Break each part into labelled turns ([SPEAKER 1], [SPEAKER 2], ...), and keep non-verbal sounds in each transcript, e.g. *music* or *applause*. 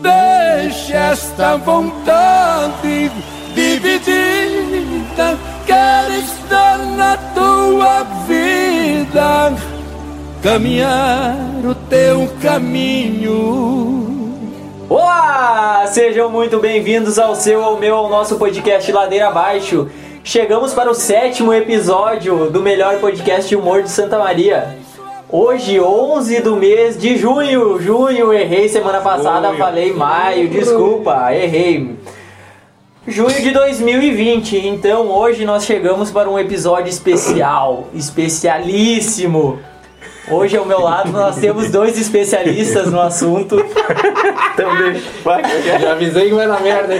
[SPEAKER 1] Deixe esta vontade dividida. Quero estar na tua vida, caminhar o teu caminho.
[SPEAKER 2] Olá! Sejam muito bem-vindos ao seu, ao meu, ao nosso podcast Ladeira Abaixo. Chegamos para o sétimo episódio do melhor podcast de humor de Santa Maria. Hoje, 11 do mês de junho. Junho, errei semana passada, falei maio, desculpa, errei. Junho de 2020, então hoje nós chegamos para um episódio especial, especialíssimo. Hoje ao meu lado nós temos dois especialistas no assunto.
[SPEAKER 3] Então deixa. Vai, *laughs* já avisei que vai na merda.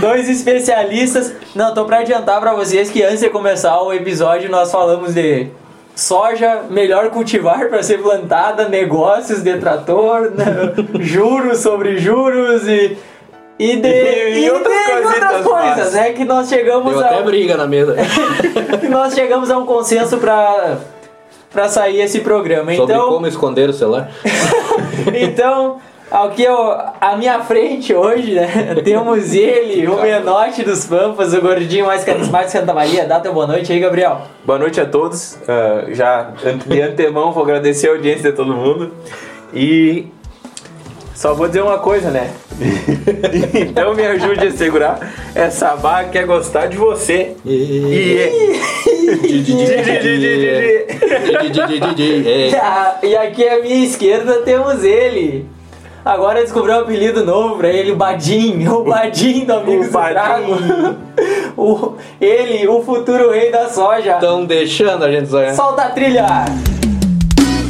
[SPEAKER 2] Dois especialistas. Não, tô pra adiantar pra vocês que antes de começar o episódio nós falamos de soja, melhor cultivar pra ser plantada, negócios, detrator, *laughs* né, juros sobre juros e. E de,
[SPEAKER 3] E- e outras
[SPEAKER 2] de-
[SPEAKER 3] coisitas mais.
[SPEAKER 2] coisas, né? Que nós chegamos
[SPEAKER 3] Deu
[SPEAKER 2] a. um,
[SPEAKER 3] até briga na mesa.
[SPEAKER 2] que nós chegamos a um consenso pra, pra sair esse programa.
[SPEAKER 3] Sobre
[SPEAKER 2] então,
[SPEAKER 3] como esconder o celular.
[SPEAKER 2] Então, aqui eu, à minha frente hoje, né? *laughs* Temos ele, o menote dos Pampas, o gordinho mais carismático de Santa Maria. Dá teu boa noite aí, Gabriel.
[SPEAKER 4] Boa noite a todos. Ah, já an- de antemão vou agradecer a audiência de todo mundo. E só vou dizer uma coisa, né? *laughs* então me ajude a segurar essa barra que é gostar de você. E
[SPEAKER 2] *laughs* E a- E aqui à minha esquerda temos ele. Agora descobriu um apelido novo pra ele, o Badim, *laughs* o Badim do Amigos do
[SPEAKER 4] Badim.
[SPEAKER 2] Trago. *laughs* O, ele, o futuro rei da soja.
[SPEAKER 3] Estão Então, deixando a gente sonhar.
[SPEAKER 2] Solta a trilha!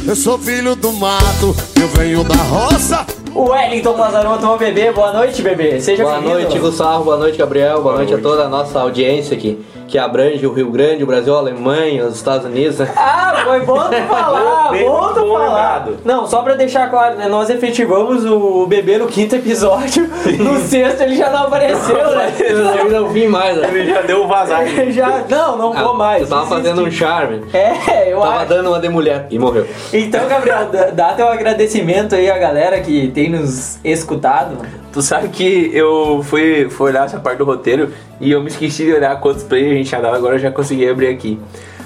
[SPEAKER 5] Eu sou filho do mato, eu venho da roça.
[SPEAKER 2] O Wellington Lazarotto, meu bebê, boa noite, bebê. Seja
[SPEAKER 3] Boa
[SPEAKER 2] bem-vindo.
[SPEAKER 3] noite, Gustavo. Boa noite, Gabriel. Boa, noite, a toda a nossa audiência aqui, que abrange o Rio Grande, o Brasil, a Alemanha, os Estados Unidos. né?
[SPEAKER 2] Ah, foi bom
[SPEAKER 3] *laughs*
[SPEAKER 2] tu falar,
[SPEAKER 4] Bem
[SPEAKER 2] bom tu
[SPEAKER 4] bom
[SPEAKER 2] falar.
[SPEAKER 4] lembrado.
[SPEAKER 2] Não, só pra deixar claro, né? Nós efetivamos o bebê no quinto episódio,
[SPEAKER 3] *laughs*
[SPEAKER 2] no sexto ele já não apareceu, né?
[SPEAKER 3] Eu não vim mais. né?
[SPEAKER 4] ele já deu o vazar.
[SPEAKER 2] Ele *laughs* já, não, não vou mais.
[SPEAKER 3] Ah, Eu tava
[SPEAKER 2] desisti.
[SPEAKER 3] fazendo um charme.
[SPEAKER 2] É, eu
[SPEAKER 3] Tava
[SPEAKER 2] acho.
[SPEAKER 3] dando uma de mulher e morreu.
[SPEAKER 2] Então, Gabriel, dá- dá teu agradecimento aí à galera que tem nos escutado.
[SPEAKER 4] Tu sabe que eu fui, fui olhar essa parte do roteiro e eu me esqueci de olhar quantos play a gente tinha dado, agora eu já consegui abrir aqui.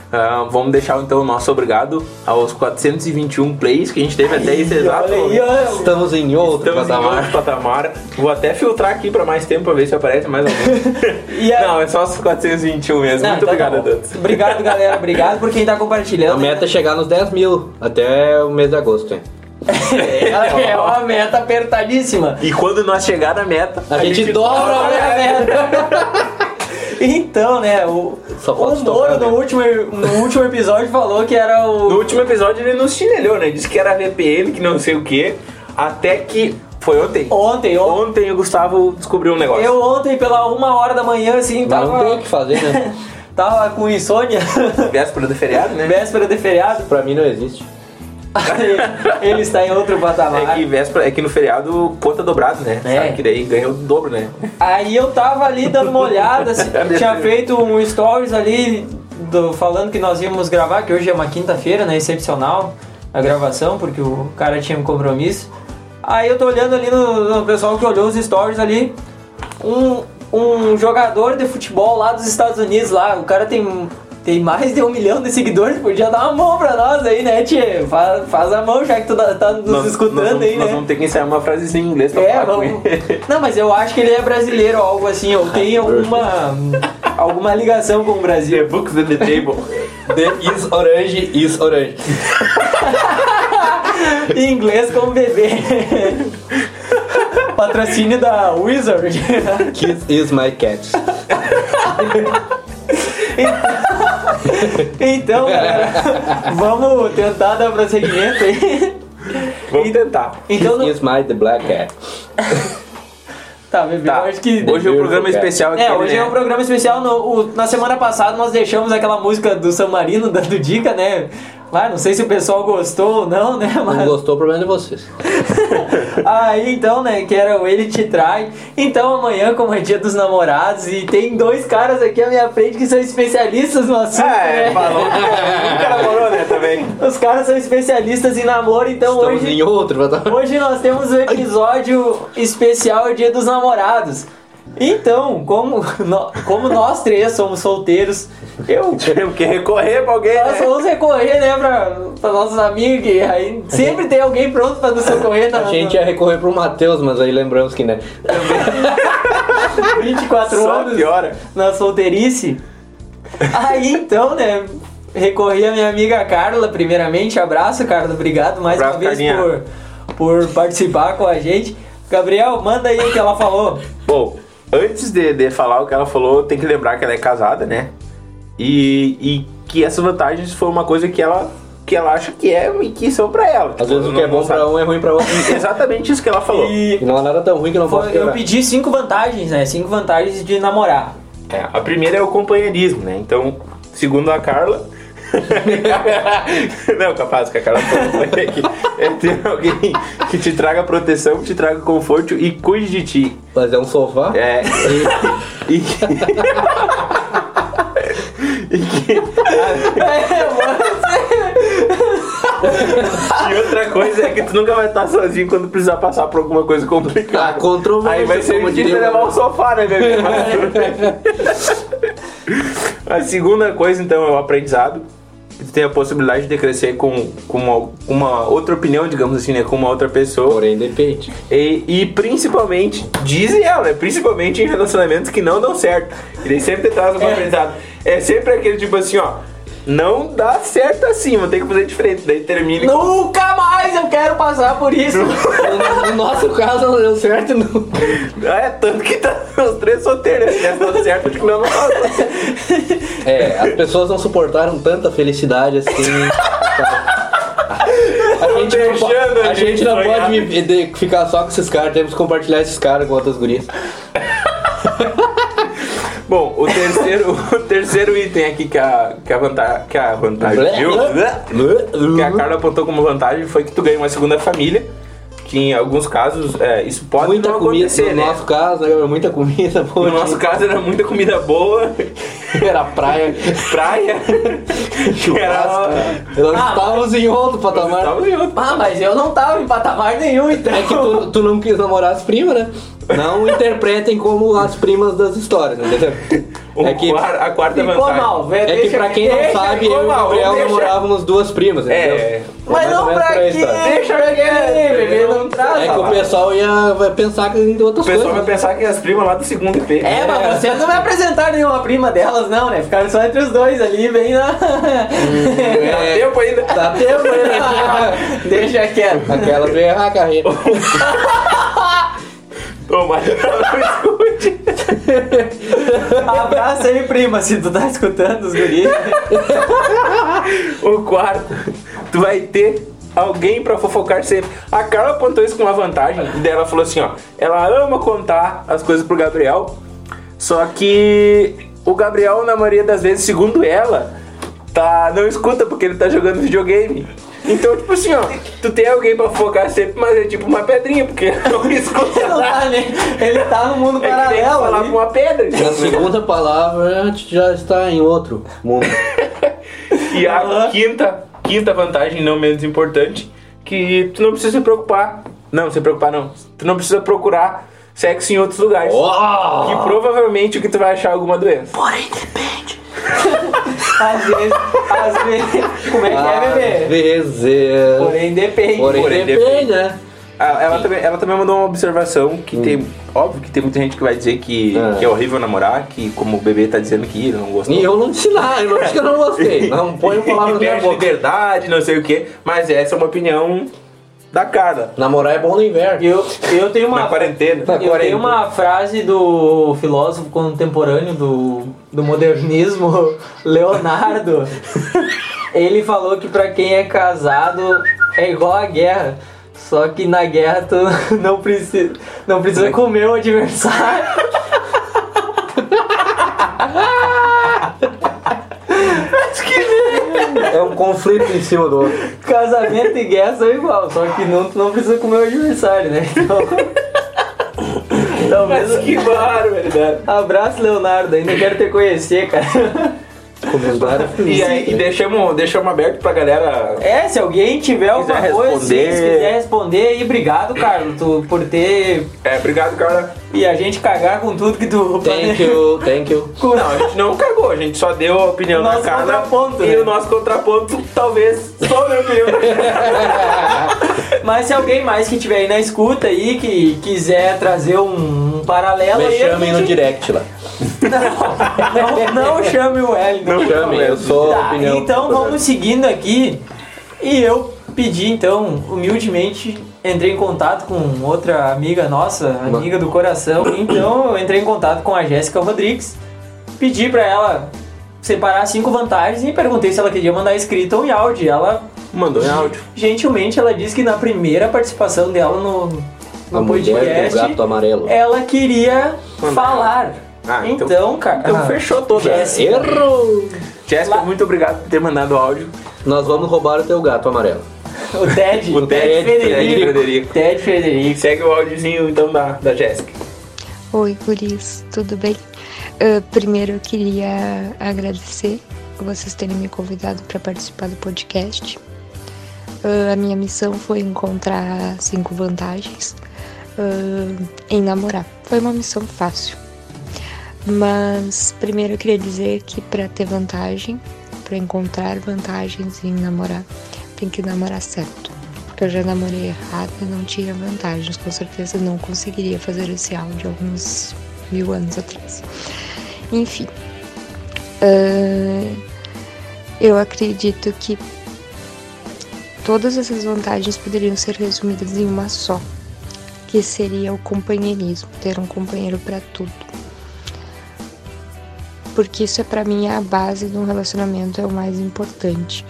[SPEAKER 4] Ah, vamos deixar então o nosso obrigado aos 421 plays que a gente teve até esse exato
[SPEAKER 2] Olha aí,
[SPEAKER 4] momento.
[SPEAKER 2] ó.
[SPEAKER 3] Estamos em outro
[SPEAKER 4] Estamos em
[SPEAKER 3] patamar.
[SPEAKER 4] outro patamar. Vou até filtrar aqui pra mais tempo pra ver se aparece mais alguém.
[SPEAKER 2] *laughs* E a-
[SPEAKER 4] Não, é só os 421
[SPEAKER 2] Não,
[SPEAKER 4] mesmo. Muito
[SPEAKER 2] então tá
[SPEAKER 4] obrigado,
[SPEAKER 2] bom.
[SPEAKER 4] Dantas.
[SPEAKER 2] Obrigado, galera. Obrigado por quem tá
[SPEAKER 3] A
[SPEAKER 2] compartilhando.
[SPEAKER 3] meta é chegar nos 10 mil até o mês de agosto. hein?
[SPEAKER 2] é, é uma meta apertadíssima.
[SPEAKER 4] E quando nós chegar na meta,
[SPEAKER 3] A gente dobra né?
[SPEAKER 2] Olha a merda. Então, né, o,
[SPEAKER 3] Só
[SPEAKER 2] o
[SPEAKER 3] falta
[SPEAKER 2] Moro
[SPEAKER 3] estourar, né?
[SPEAKER 2] no último, no último episódio falou que era
[SPEAKER 4] No
[SPEAKER 2] o.
[SPEAKER 4] último episódio ele nos chinelhou, né? Disse que era VPN, que não sei o que. Até que. Foi ontem.
[SPEAKER 2] Ontem, ontem.
[SPEAKER 4] Ontem o Gustavo descobriu um negócio.
[SPEAKER 2] Eu ontem, pela uma hora da manhã, assim,
[SPEAKER 3] Mas não tem o
[SPEAKER 2] tava,
[SPEAKER 3] que fazer,
[SPEAKER 2] *laughs*
[SPEAKER 3] É, né?
[SPEAKER 2] tava com insônia,
[SPEAKER 4] Véspera do feriado, né?
[SPEAKER 2] véspera de feriado.
[SPEAKER 3] Pra mim não existe.
[SPEAKER 2] Ele está em outro
[SPEAKER 4] É
[SPEAKER 2] patamar.
[SPEAKER 4] que, véspera, é que no feriado conta dobrado, né?
[SPEAKER 2] É.
[SPEAKER 4] Sabe que daí ganha o dobro, né?
[SPEAKER 2] Aí eu tava ali dando uma olhada,
[SPEAKER 4] *laughs*
[SPEAKER 2] assim,
[SPEAKER 4] É
[SPEAKER 2] tinha feito um stories ali do- falando que nós íamos gravar, que hoje é uma quinta-feira, né? Excepcional a gravação, porque o cara tinha um compromisso. Aí eu tô olhando ali no, no pessoal que olhou os stories ali, um, um jogador de futebol lá dos Estados Unidos lá, o cara tem. Tem mais de um milhão de seguidores, podia dar uma mão pra nós aí, né, Tchê? Faz, faz a mão, já que tu tá, tá nos
[SPEAKER 4] Nós-
[SPEAKER 2] escutando
[SPEAKER 4] nós vamos-
[SPEAKER 2] aí, né?
[SPEAKER 4] Nós vamos ter que ensaiar uma frasezinha em inglês pra
[SPEAKER 2] É,
[SPEAKER 4] falar com
[SPEAKER 2] vamos.
[SPEAKER 4] ele.
[SPEAKER 2] *laughs* Não, mas eu acho que ele é brasileiro ou algo assim, ou tem alguma, alguma ligação com o
[SPEAKER 4] *laughs* The
[SPEAKER 2] Brasil.
[SPEAKER 4] books on the table.
[SPEAKER 3] The is orange is orange.
[SPEAKER 2] Em inglês com
[SPEAKER 4] *laughs*
[SPEAKER 2] bebê. Patrocínio da Wizard.
[SPEAKER 3] Kiss is my cat.
[SPEAKER 2] Então, galera, vamos tentar dar prosseguimento aí.
[SPEAKER 4] Vamos tentar.
[SPEAKER 2] Então, não...
[SPEAKER 3] Kiss is my the black cat.
[SPEAKER 2] tá, bebê,
[SPEAKER 4] Tá.
[SPEAKER 2] eu acho que...
[SPEAKER 4] Hoje é um
[SPEAKER 3] Beautiful
[SPEAKER 4] programa
[SPEAKER 3] Cat.
[SPEAKER 4] especial aqui.
[SPEAKER 2] É, hoje
[SPEAKER 4] né?
[SPEAKER 2] é um programa *laughs* especial. no- o- na semana passada nós deixamos aquela música do San Marino, dando dica, né? Ah, não sei se o pessoal gostou ou não, né?
[SPEAKER 3] Não
[SPEAKER 2] Mas
[SPEAKER 3] gostou, o problema é de vocês.
[SPEAKER 2] aí então, né, que era o Ele Te Trai. Então amanhã, como é dia dos namorados, e tem dois caras aqui à minha frente que são especialistas no assunto,
[SPEAKER 4] É,
[SPEAKER 2] né?
[SPEAKER 4] falou. Nunca namorou, né, também.
[SPEAKER 2] *laughs* Os caras são especialistas em namoro, então
[SPEAKER 3] Estamos
[SPEAKER 2] hoje...
[SPEAKER 3] em outro, mas tá-
[SPEAKER 2] Hoje nós temos um episódio especial Dia dos Namorados. Então, como, *laughs* nó- como nós três somos solteiros, eu
[SPEAKER 4] Temos que recorrer pra alguém,
[SPEAKER 2] nós
[SPEAKER 4] né?
[SPEAKER 2] vamos recorrer, né, pra, pra nossos amigos, que aí sempre tem alguém pronto pra nos socorrer na,
[SPEAKER 3] A gente é ia recorrer pro Matheus, mas aí lembramos que, né?
[SPEAKER 2] na 24
[SPEAKER 4] Só
[SPEAKER 2] anos
[SPEAKER 4] piora.
[SPEAKER 2] na solteirice. Aí então, né, recorri à minha amiga Carla, primeiramente. Abraço, Carla, obrigado mais uma
[SPEAKER 4] Abraço,
[SPEAKER 2] vez
[SPEAKER 4] Carlinha.
[SPEAKER 2] por, por participar com a gente. Gabriel, manda aí o que ela falou.
[SPEAKER 4] Bom, antes de, de falar o que ela falou, tem que lembrar que ela é casada, né? E, e que essas vantagens foi uma coisa que ela, que ela acha que é e que são pra ela. Tipo,
[SPEAKER 3] Às vezes o que é bom pra um é ruim pra outro.
[SPEAKER 4] *laughs* Exatamente isso que ela falou.
[SPEAKER 2] E
[SPEAKER 3] E não há nada tão ruim que não
[SPEAKER 2] foi-
[SPEAKER 3] possa
[SPEAKER 2] eu
[SPEAKER 3] quebrar.
[SPEAKER 2] pedi cinco vantagens, né? Cinco vantagens de namorar.
[SPEAKER 4] É, a primeira é o companheirismo, né? Então, segundo a Carla. *laughs* não, capaz que a Carla falou aqui. É ter alguém que te traga proteção, que te traga conforto e cuide de ti.
[SPEAKER 3] Mas é um sofá.
[SPEAKER 4] É. E, e que- e outra coisa é que tu nunca vai estar sozinho quando precisar passar por alguma coisa complicada.
[SPEAKER 3] Ah, controvérsia,
[SPEAKER 4] Aí vai ser
[SPEAKER 3] como
[SPEAKER 4] difícil
[SPEAKER 3] diria o-
[SPEAKER 4] levar o sofá, né, bebê? Mas tudo bem. *laughs* A segunda coisa, então, é o aprendizado. Tu tem a possibilidade de crescer com, com uma, uma outra opinião, digamos assim, né? Com uma outra pessoa.
[SPEAKER 3] Porém, depende.
[SPEAKER 4] E, e principalmente, dizem ela, né? principalmente em relacionamentos que não dão certo. Ele sempre traz um aprendizado. É sempre aquele tipo assim, ó. Não dá certo assim, vou ter que fazer diferente. Daí termina. e-
[SPEAKER 2] Nunca mais eu quero passar por isso.
[SPEAKER 3] No nosso caso, não deu certo, não.
[SPEAKER 4] Ah, é tanto que tá os três solteiros. né? Se tivesse dado certo, acho que não, não dá certo.
[SPEAKER 3] É, as pessoas não suportaram tanta felicidade assim. A gente, não, po-
[SPEAKER 4] deixando a
[SPEAKER 3] a gente
[SPEAKER 4] gente
[SPEAKER 3] não
[SPEAKER 4] sonhar.
[SPEAKER 3] pode viver de- ficar só com esses caras, temos que compartilhar esses caras com outras gurias.
[SPEAKER 4] Bom, o terceiro, *laughs* o terceiro item aqui que a, que a vantagem. Que a vantagem. viu? que a Carla apontou como vantagem foi que tu ganha uma segunda família. Que em alguns casos é, isso pode
[SPEAKER 3] Muita
[SPEAKER 4] não
[SPEAKER 3] comida,
[SPEAKER 4] acontecer,
[SPEAKER 3] no
[SPEAKER 4] né?
[SPEAKER 3] nosso caso, era muita comida, pô,
[SPEAKER 4] No nosso caso era muita comida boa, *laughs*
[SPEAKER 3] era praia, *laughs*
[SPEAKER 4] praia,
[SPEAKER 3] churrasco.
[SPEAKER 4] *laughs* era...
[SPEAKER 3] Nós
[SPEAKER 2] Ah,
[SPEAKER 3] estávamos em outro patamar.
[SPEAKER 4] Tava junto.
[SPEAKER 2] *laughs* Ah, mas eu não tava em patamar nenhum, então.
[SPEAKER 3] É que tu, tu não quis namorar as primas, né? Não interpretem como as primas das histórias, entendeu?
[SPEAKER 4] O
[SPEAKER 3] É que,
[SPEAKER 4] quar- a quarta
[SPEAKER 2] Ficou
[SPEAKER 4] vantagem.
[SPEAKER 2] mal, velho.
[SPEAKER 3] é que
[SPEAKER 2] deixa
[SPEAKER 3] pra quem não
[SPEAKER 2] deixa,
[SPEAKER 3] sabe,
[SPEAKER 4] ficou
[SPEAKER 3] eu e o
[SPEAKER 4] mal,
[SPEAKER 3] Gabriel
[SPEAKER 4] deixa.
[SPEAKER 3] namorávamos duas primas, entendeu?
[SPEAKER 4] É.
[SPEAKER 2] Mas
[SPEAKER 3] mais ou
[SPEAKER 2] não
[SPEAKER 3] menos
[SPEAKER 2] pra
[SPEAKER 3] por aí,
[SPEAKER 2] quê?
[SPEAKER 3] tá?
[SPEAKER 2] Deixa pra quê, bebê? Não traz.
[SPEAKER 3] É que o pessoal ia vai pensar que em outras
[SPEAKER 4] O pessoal vai
[SPEAKER 3] coisas.
[SPEAKER 4] pensar que é as primas lá do segundo IP.
[SPEAKER 2] É, mas vocês não me apresentaram nenhuma prima delas, não, né? Ficaram só entre os dois ali, bem na.
[SPEAKER 4] Hum.
[SPEAKER 2] *laughs*
[SPEAKER 4] Dá tempo ainda.
[SPEAKER 3] Dá
[SPEAKER 2] Tempo, né? *laughs* Deixa quieto.
[SPEAKER 3] Aquela veio errar a carreira.
[SPEAKER 4] Toma, *laughs* não escute.
[SPEAKER 2] Abraça aí, prima, se tu tá escutando os
[SPEAKER 4] *laughs*
[SPEAKER 2] guris.
[SPEAKER 4] O quarto, tu vai ter alguém pra fofocar sempre. A Carla apontou isso com uma vantagem. E daí ela falou assim, ó. Ela ama contar as coisas pro Gabriel. Só que o Gabriel, na maioria das vezes, segundo ela, tá, não escuta porque ele tá jogando videogame. Então, tipo assim, ó, tu tem alguém pra fofocar sempre, mas é tipo uma pedrinha, porque *laughs* não escuta
[SPEAKER 2] Não
[SPEAKER 4] nada.
[SPEAKER 2] tá, né? Ele tá no mundo
[SPEAKER 4] É que tem que
[SPEAKER 2] paralelo
[SPEAKER 4] falar
[SPEAKER 2] ali. tá,
[SPEAKER 4] com uma pedra.
[SPEAKER 3] A segunda palavra a gente já está em outro mundo.
[SPEAKER 4] E a
[SPEAKER 2] Aham.
[SPEAKER 4] quinta, quinta vantagem, não menos importante, que tu não precisa se preocupar. Não, se preocupar não. Tu não precisa procurar sexo em outros lugares.
[SPEAKER 3] Oh!
[SPEAKER 4] Que provavelmente o que tu vai achar é alguma doença.
[SPEAKER 2] Às vezes, às vezes. Como é que
[SPEAKER 3] Às
[SPEAKER 2] é, bebê?
[SPEAKER 3] vezes.
[SPEAKER 2] Porém, depende.
[SPEAKER 3] Porém,
[SPEAKER 4] Ah. porém,
[SPEAKER 3] depende, né?
[SPEAKER 4] Ah, Ela também, ela também mandou uma observação que tem. Óbvio que tem muita gente que vai dizer que
[SPEAKER 3] Ah.
[SPEAKER 4] que é horrível namorar, que como o bebê tá dizendo que não gostou.
[SPEAKER 3] E eu não disse nada, eu não disse que eu não gostei. Não põe
[SPEAKER 4] *laughs*
[SPEAKER 3] palavras na minha
[SPEAKER 4] Perde
[SPEAKER 3] boca.
[SPEAKER 4] liberdade, não sei o quê. Mas essa é uma opinião da cara.
[SPEAKER 3] Namorar é bom no inverno.
[SPEAKER 2] Eu, eu tenho uma.
[SPEAKER 4] Na quarentena.
[SPEAKER 3] Na
[SPEAKER 2] Eu
[SPEAKER 3] quarentena.
[SPEAKER 2] tenho uma frase do filósofo contemporâneo do, do modernismo, *laughs* Leonardo. Ele falou que pra quem é casado é igual a guerra. Só que na guerra tu *laughs* não precisa, não precisa comer o adversário. *laughs*
[SPEAKER 3] É um conflito em cima do outro.
[SPEAKER 2] Casamento e guerra são igual, só que não, tu não precisa comer o adversário, né? Então. *laughs* Talvez.
[SPEAKER 4] Mas *laughs* que barbaridade.
[SPEAKER 2] Abraço, Leonardo. Ainda quero te conhecer, cara. *laughs*
[SPEAKER 3] Comentário
[SPEAKER 4] E, aí, e deixamos, deixamos aberto pra galera.
[SPEAKER 2] É, se alguém tiver alguma
[SPEAKER 4] Quiser
[SPEAKER 2] coisa, se
[SPEAKER 4] responder.
[SPEAKER 2] quiser responder, e obrigado, Carlos, tu- por ter.
[SPEAKER 4] É, obrigado, cara.
[SPEAKER 2] E a gente cagar com tudo que tu. *laughs*
[SPEAKER 3] Thank you, thank you.
[SPEAKER 2] Com-
[SPEAKER 4] Não, a gente não cagou, a gente só deu a opinião
[SPEAKER 2] O
[SPEAKER 4] da
[SPEAKER 2] nosso
[SPEAKER 4] cara.
[SPEAKER 2] contraponto,
[SPEAKER 4] e
[SPEAKER 2] né?
[SPEAKER 4] o nosso contraponto, talvez, só meu opinião.
[SPEAKER 2] Mas se alguém mais que tiver aí na escuta aí, que quiser trazer um, um paralelo
[SPEAKER 3] Me
[SPEAKER 2] aí. a
[SPEAKER 3] chamem no
[SPEAKER 2] gente-
[SPEAKER 3] direct lá.
[SPEAKER 2] Não, *laughs* não chame o Wellington.
[SPEAKER 4] *laughs* Não
[SPEAKER 3] Chamem, eu sou
[SPEAKER 2] Tá,
[SPEAKER 3] opinião.
[SPEAKER 2] então vamos seguindo aqui. E eu pedi, então, humildemente, entrei em contato com outra amiga nossa, amiga do coração. Então eu entrei em contato com a Jéssica Rodrigues, pedi pra ela separar cinco vantagens e perguntei se ela queria mandar escrita ou em áudio. Ela,
[SPEAKER 4] Mandou em áudio.
[SPEAKER 2] gentilmente, ela disse que na primeira participação dela no,
[SPEAKER 3] A
[SPEAKER 2] no
[SPEAKER 3] mulher do
[SPEAKER 2] podcast,
[SPEAKER 3] gato amarelo.
[SPEAKER 2] ela queria
[SPEAKER 4] Mandar.
[SPEAKER 2] falar.
[SPEAKER 4] Ah,
[SPEAKER 2] então,
[SPEAKER 4] então-
[SPEAKER 2] cara.
[SPEAKER 4] Então fechou toda.
[SPEAKER 2] Jéssica.
[SPEAKER 3] Erro!
[SPEAKER 4] Jéssica,
[SPEAKER 2] Lá-
[SPEAKER 4] muito obrigado por ter mandado o áudio.
[SPEAKER 3] Nós vamos roubar o teu gato amarelo.
[SPEAKER 2] O Ted.
[SPEAKER 4] *laughs* O Ted, Ted
[SPEAKER 2] Frederico.
[SPEAKER 4] Frederico.
[SPEAKER 2] Ted Frederico.
[SPEAKER 4] Segue o áudiozinho então da, da Jéssica.
[SPEAKER 6] Oi, guris, tudo bem? Ah, primeiro eu queria agradecer vocês terem me convidado para participar do podcast. Ah, a minha missão foi encontrar cinco vantagens ah, em namorar. Foi uma missão fácil. Mas primeiro eu queria dizer que para ter vantagem, para encontrar vantagens em namorar, tem que namorar certo. Porque eu já namorei errado e não tinha vantagens. Com certeza não conseguiria fazer esse áudio alguns mil anos atrás. Enfim. ahn, eu acredito que todas essas vantagens poderiam ser resumidas em uma só, que seria o companheirismo, ter um companheiro para tudo. Porque isso é para mim a base de um relacionamento, é o mais importante.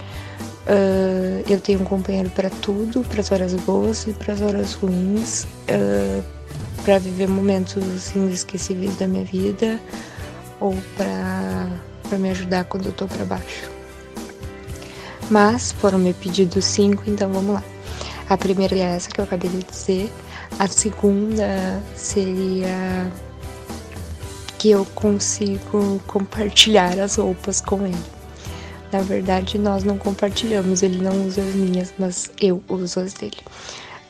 [SPEAKER 6] Ah, eu tenho um companheiro para tudo, para as horas boas e para as horas ruins, ah, para viver momentos assim, inesquecíveis da minha vida ou para me ajudar quando eu tô para baixo. Mas foram me pedidos cinco, então vamos lá. A primeira é essa que eu acabei de dizer. A segunda seria que eu consigo compartilhar as roupas com ele. Na verdade, nós não compartilhamos, ele não usa as minhas, mas eu uso as dele.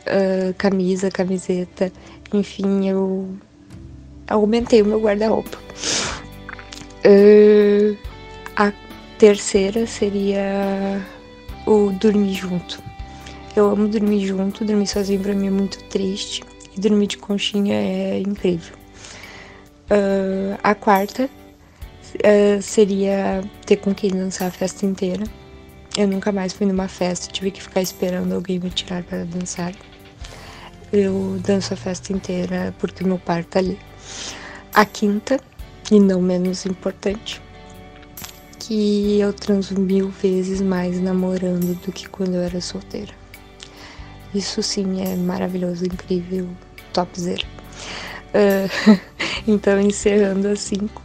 [SPEAKER 6] Ah, camisa, camiseta, enfim, eu aumentei o meu guarda-roupa. Ah, a terceira seria o dormir junto. Eu amo dormir junto, dormir sozinho pra mim é muito triste. E dormir de conchinha é incrível. Ah, a quarta eh, seria ter com quem dançar a festa inteira. Eu nunca mais fui numa festa, tive que ficar esperando alguém me tirar para dançar. Eu danço a festa inteira porque meu par tá ali. A quinta, e não menos importante, que eu transo mil vezes mais namorando do que quando eu era solteira. Isso sim é maravilhoso, incrível, topzera. *laughs* Ah, então, encerrando assim as cinco.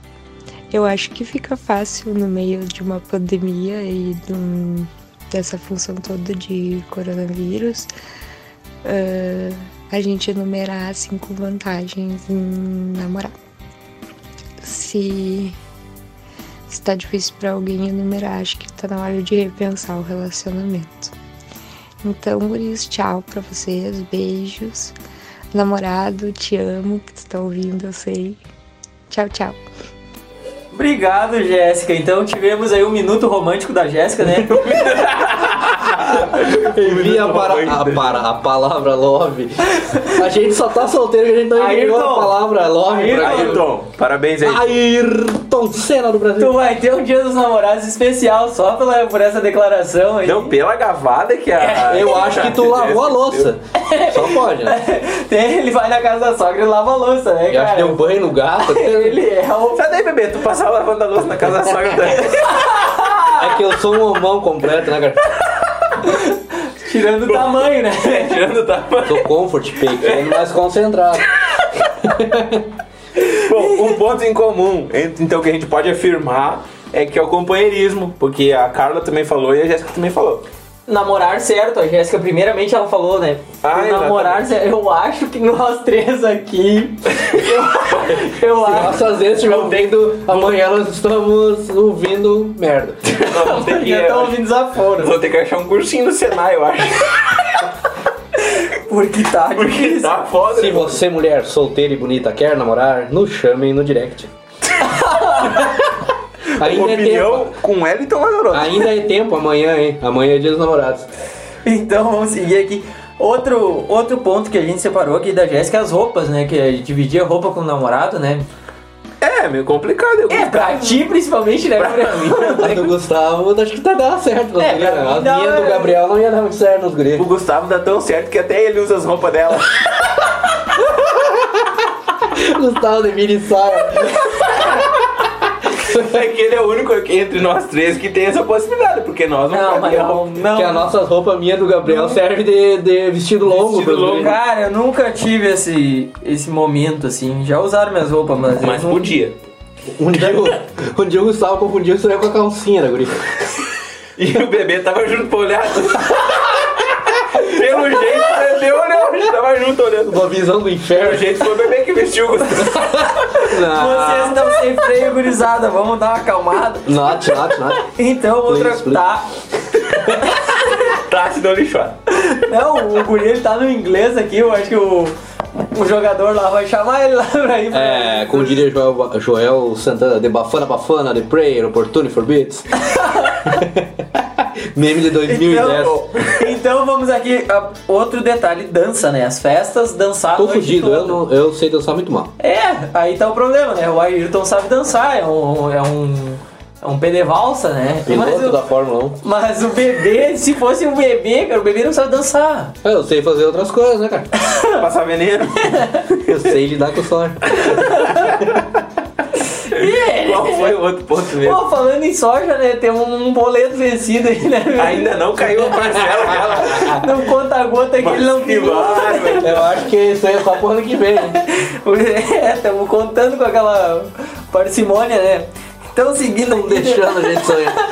[SPEAKER 6] Eu acho que fica fácil no meio de uma pandemia e de um- dessa função toda de coronavírus ah, a gente enumerar cinco vantagens em namorar. Se está difícil para alguém enumerar, acho que tá na hora de repensar o relacionamento. Então, guris, tchau para vocês, beijos. Namorado, te amo, que tu tá ouvindo, eu sei. Tchau, tchau.
[SPEAKER 2] Obrigado, Jéssica. Então tivemos aí o minuto romântico da Jéssica, né?
[SPEAKER 3] Envia para, a, para a palavra love. A gente só tá solteiro que a gente não enviou a
[SPEAKER 2] Ayrton.
[SPEAKER 3] palavra love pra
[SPEAKER 4] Aí,
[SPEAKER 3] Ayrton.
[SPEAKER 4] Tom, parabéns aí.
[SPEAKER 3] Ayrton Senna do Brasil.
[SPEAKER 2] tu vai ter um dia dos namorados especial só pela, por essa declaração aí.
[SPEAKER 4] Não, pela gavada É, que a.
[SPEAKER 3] Eu acho
[SPEAKER 4] *laughs*
[SPEAKER 3] que tu lavou a louça. Só pode, né?
[SPEAKER 2] Tem- Ele vai na casa da sogra e lava a louça, né,
[SPEAKER 3] Eu acho
[SPEAKER 2] cara?
[SPEAKER 3] que deu um banho no gato.
[SPEAKER 2] Ele é o.
[SPEAKER 4] Sai daí, bebê, tu passava lavando a louça na casa da sogra também.
[SPEAKER 3] É que eu sou um homão completo, né, cara?
[SPEAKER 2] Tirando o tamanho, né?
[SPEAKER 4] *laughs* Tirando da
[SPEAKER 3] Sou comfort pequeno, mas concentrado.
[SPEAKER 4] Bom, um ponto em comum, ent- então, que a gente pode afirmar é que é o companheirismo, porque a Carla também falou e a Jéssica também falou.
[SPEAKER 2] Namorar certo, a Jéssica primeiramente ela falou, né?
[SPEAKER 4] Ah,
[SPEAKER 2] Eu namorar certo. Eu acho que nós três aqui. *laughs* eu, eu acho.
[SPEAKER 3] Nossa, às vezes estiver tendo. Amanhã nós estamos ouvindo merda. tá
[SPEAKER 4] Nós vamos ter que,
[SPEAKER 2] Já estão ouvindo desaforo.
[SPEAKER 4] vou ter que achar um cursinho no Senai,
[SPEAKER 2] *laughs*
[SPEAKER 4] eu acho.
[SPEAKER 2] Porque tá
[SPEAKER 4] Porque
[SPEAKER 2] difícil.
[SPEAKER 4] tá foda.
[SPEAKER 3] Se você, mulher solteira e bonita, quer namorar, nos chamem no direct.
[SPEAKER 2] né,
[SPEAKER 3] Ainda é tempo.
[SPEAKER 4] Opinião com então, Wellington Lazarotto.
[SPEAKER 2] Ah.
[SPEAKER 3] Ainda é tempo amanhã, hein? Amanhã é dia dos namorados.
[SPEAKER 2] Então vamos seguir aqui. Outro, outro ponto que a gente separou aqui da Jéssica é as roupas, né? Que é dividir a roupa com o namorado, né?
[SPEAKER 4] É, meio complicado. Eu
[SPEAKER 2] É, pra ti principalmente, né? Pra mim.
[SPEAKER 3] A do Gustavo, acho que tá dando certo. não
[SPEAKER 2] É,
[SPEAKER 3] seria,
[SPEAKER 2] pra
[SPEAKER 3] não.
[SPEAKER 2] mim
[SPEAKER 3] a
[SPEAKER 2] dá-
[SPEAKER 3] minha do Gabriel não ia dar muito certo nos
[SPEAKER 4] *laughs*
[SPEAKER 3] guris.
[SPEAKER 4] O Gustavo dá tão certo que até ele usa as
[SPEAKER 2] *laughs*
[SPEAKER 4] roupas dela.
[SPEAKER 3] Gustavo de mini saia.
[SPEAKER 4] é que ele é o único aqui entre nós três que tem essa possibilidade, porque nós não,
[SPEAKER 2] Não, mas
[SPEAKER 4] podemos.
[SPEAKER 2] não, não.
[SPEAKER 3] Que a nossa roupa, minha do Gabriel, serve de, de vestido longo.
[SPEAKER 4] Vestido
[SPEAKER 3] pros guris.
[SPEAKER 4] longo.
[SPEAKER 2] Cara, eu nunca tive esse, esse momento assim. Já usaram minhas roupas, mas.
[SPEAKER 4] Mas
[SPEAKER 2] eu não-
[SPEAKER 4] podia.
[SPEAKER 3] Um dia, o- um dia o Gustavo confundiu isso aí com a calcinha, né, guri?
[SPEAKER 4] E o bebê tava junto
[SPEAKER 2] *laughs*
[SPEAKER 4] pra olhar. Pelo jeito, o bebê olhou, a gente tava junto olhando.
[SPEAKER 3] Uma visão do
[SPEAKER 4] *laughs* Pelo
[SPEAKER 3] inferno. Ah.
[SPEAKER 4] jeito, foi o bebê que vestiu o Gustavo.
[SPEAKER 2] Vocês estão sem freio, gurizada. Vamos dar uma acalmada.
[SPEAKER 3] Note, note, note.
[SPEAKER 2] Então, outra.
[SPEAKER 3] Please, please.
[SPEAKER 2] Tá.
[SPEAKER 4] Tá, se não lixar.
[SPEAKER 2] Não, o guri ele tá no inglês aqui. Eu acho que o, o jogador lá vai chamar ele lá pra ir. pra-
[SPEAKER 3] É, como diria Joel, Joel Santana, de Bafana Bafana, The Prayer, Opportunity for Beats. *laughs* Meme de 2010.
[SPEAKER 2] Então, então vamos aqui. a- outro detalhe: dança, né? As festas, dançar. a
[SPEAKER 3] Tô
[SPEAKER 2] noite
[SPEAKER 3] fudido,
[SPEAKER 2] toda.
[SPEAKER 3] eu, não- eu sei dançar muito mal.
[SPEAKER 2] É, aí tá o problema, né? O Ayrton sabe dançar, é um. É um, é um pé de valsa, né? Mas
[SPEAKER 3] Piloto
[SPEAKER 2] o,
[SPEAKER 3] da Fórmula 1.
[SPEAKER 2] mas o bebê, se fosse um bebê, cara, o bebê não sabe dançar.
[SPEAKER 3] Ah, Eu sei fazer outras coisas, né, cara?
[SPEAKER 4] Passar veneno.
[SPEAKER 3] Eu sei lidar com o sorte.
[SPEAKER 4] Qual foi o outro ponto mesmo?
[SPEAKER 2] É, Pô, falando em soja, né? Tem um, um boleto vencido aí, né?
[SPEAKER 4] Ainda não caiu a parcela dela.
[SPEAKER 2] Não conta a gota que ele não
[SPEAKER 4] Que
[SPEAKER 2] tem.
[SPEAKER 4] bárbaro.
[SPEAKER 3] Eu acho que isso aí é só pro ano que vem. né?
[SPEAKER 2] *laughs* É, estamos contando com aquela parcimônia, né? Então, seguindo,
[SPEAKER 3] Tão deixando a gente sonhar.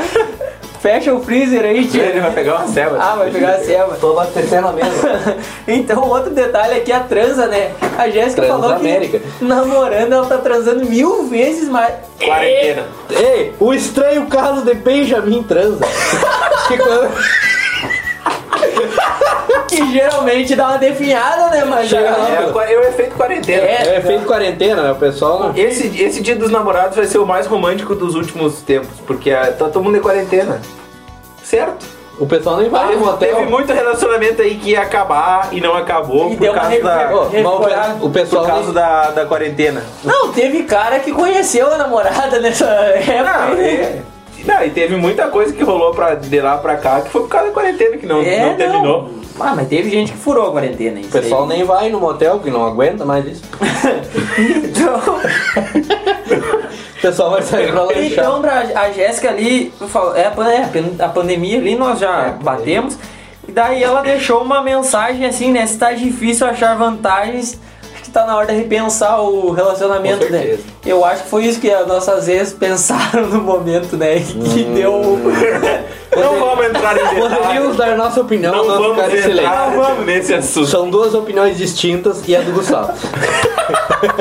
[SPEAKER 2] fecha o freezer aí, tio.
[SPEAKER 4] Ele vai pegar uma ceba.
[SPEAKER 2] Ah, vai pegar a ceba. *laughs*
[SPEAKER 3] Tô abastecendo a mesa.
[SPEAKER 2] então, outro detalhe aqui é a transa, né? A Jéssica
[SPEAKER 3] Transa
[SPEAKER 2] falou
[SPEAKER 3] América.
[SPEAKER 2] que namorando ela tá transando mil vezes mais.
[SPEAKER 4] Quarentena.
[SPEAKER 3] Ei, o estranho caso de Benjamin transa. *laughs* que quando
[SPEAKER 2] Que geralmente dá uma definhada, né, mas
[SPEAKER 3] Chega lá.
[SPEAKER 4] É, qua- eu efeito quarentena.
[SPEAKER 2] É,
[SPEAKER 3] é feito quarentena, né? O pessoal não.
[SPEAKER 4] Esse, esse dia dos namorados vai ser o mais romântico dos últimos tempos, porque ah, tá todo mundo em quarentena. Certo?
[SPEAKER 3] O pessoal nem
[SPEAKER 2] Ah,
[SPEAKER 3] vai
[SPEAKER 4] teve,
[SPEAKER 3] no
[SPEAKER 2] um
[SPEAKER 3] hotel.
[SPEAKER 4] teve muito relacionamento aí que ia acabar e não acabou
[SPEAKER 2] E
[SPEAKER 4] por
[SPEAKER 2] deu uma
[SPEAKER 4] causa, da,
[SPEAKER 2] recuperada.
[SPEAKER 3] Ô, mas o pe- o, pessoal
[SPEAKER 4] por causa
[SPEAKER 3] nem-
[SPEAKER 4] da, da quarentena.
[SPEAKER 2] Não, teve cara que conheceu a namorada nessa época. né?
[SPEAKER 4] Não, é- não, e teve muita coisa que rolou pra, de lá pra cá que foi por causa da quarentena que não,
[SPEAKER 2] É,
[SPEAKER 4] não terminou. né?
[SPEAKER 2] Ah, mas teve gente que furou a quarentena, isso
[SPEAKER 3] o pessoal
[SPEAKER 2] aí.
[SPEAKER 3] nem vai no motel, que não aguenta mais isso.
[SPEAKER 2] Então,
[SPEAKER 3] O pessoal vai sair pra lanchar.
[SPEAKER 2] então pra a Jéssica ali, eu falo, é, a pan- é, a pan- a pandemia ali nós já
[SPEAKER 3] É,
[SPEAKER 2] batemos. E daí ela deixou uma mensagem assim, né? Se tá difícil achar vantagens, acho que tá na hora de repensar o relacionamento,
[SPEAKER 3] Com
[SPEAKER 2] né?
[SPEAKER 3] certeza.
[SPEAKER 2] Eu acho que foi isso que as nossas ex pensaram *laughs* no momento, né? E que
[SPEAKER 3] Hum.
[SPEAKER 2] deu.
[SPEAKER 4] Não vamos entrar em
[SPEAKER 3] Poderíamos
[SPEAKER 4] detalhes.
[SPEAKER 3] dar nossa opinião,
[SPEAKER 4] Não
[SPEAKER 3] não, não
[SPEAKER 4] *laughs* vamos
[SPEAKER 3] ficar em
[SPEAKER 4] entrar
[SPEAKER 3] silêncio.
[SPEAKER 4] nesse assunto.
[SPEAKER 3] São duas opiniões distintas e a do
[SPEAKER 4] *laughs*
[SPEAKER 3] Gustavo.
[SPEAKER 2] *laughs*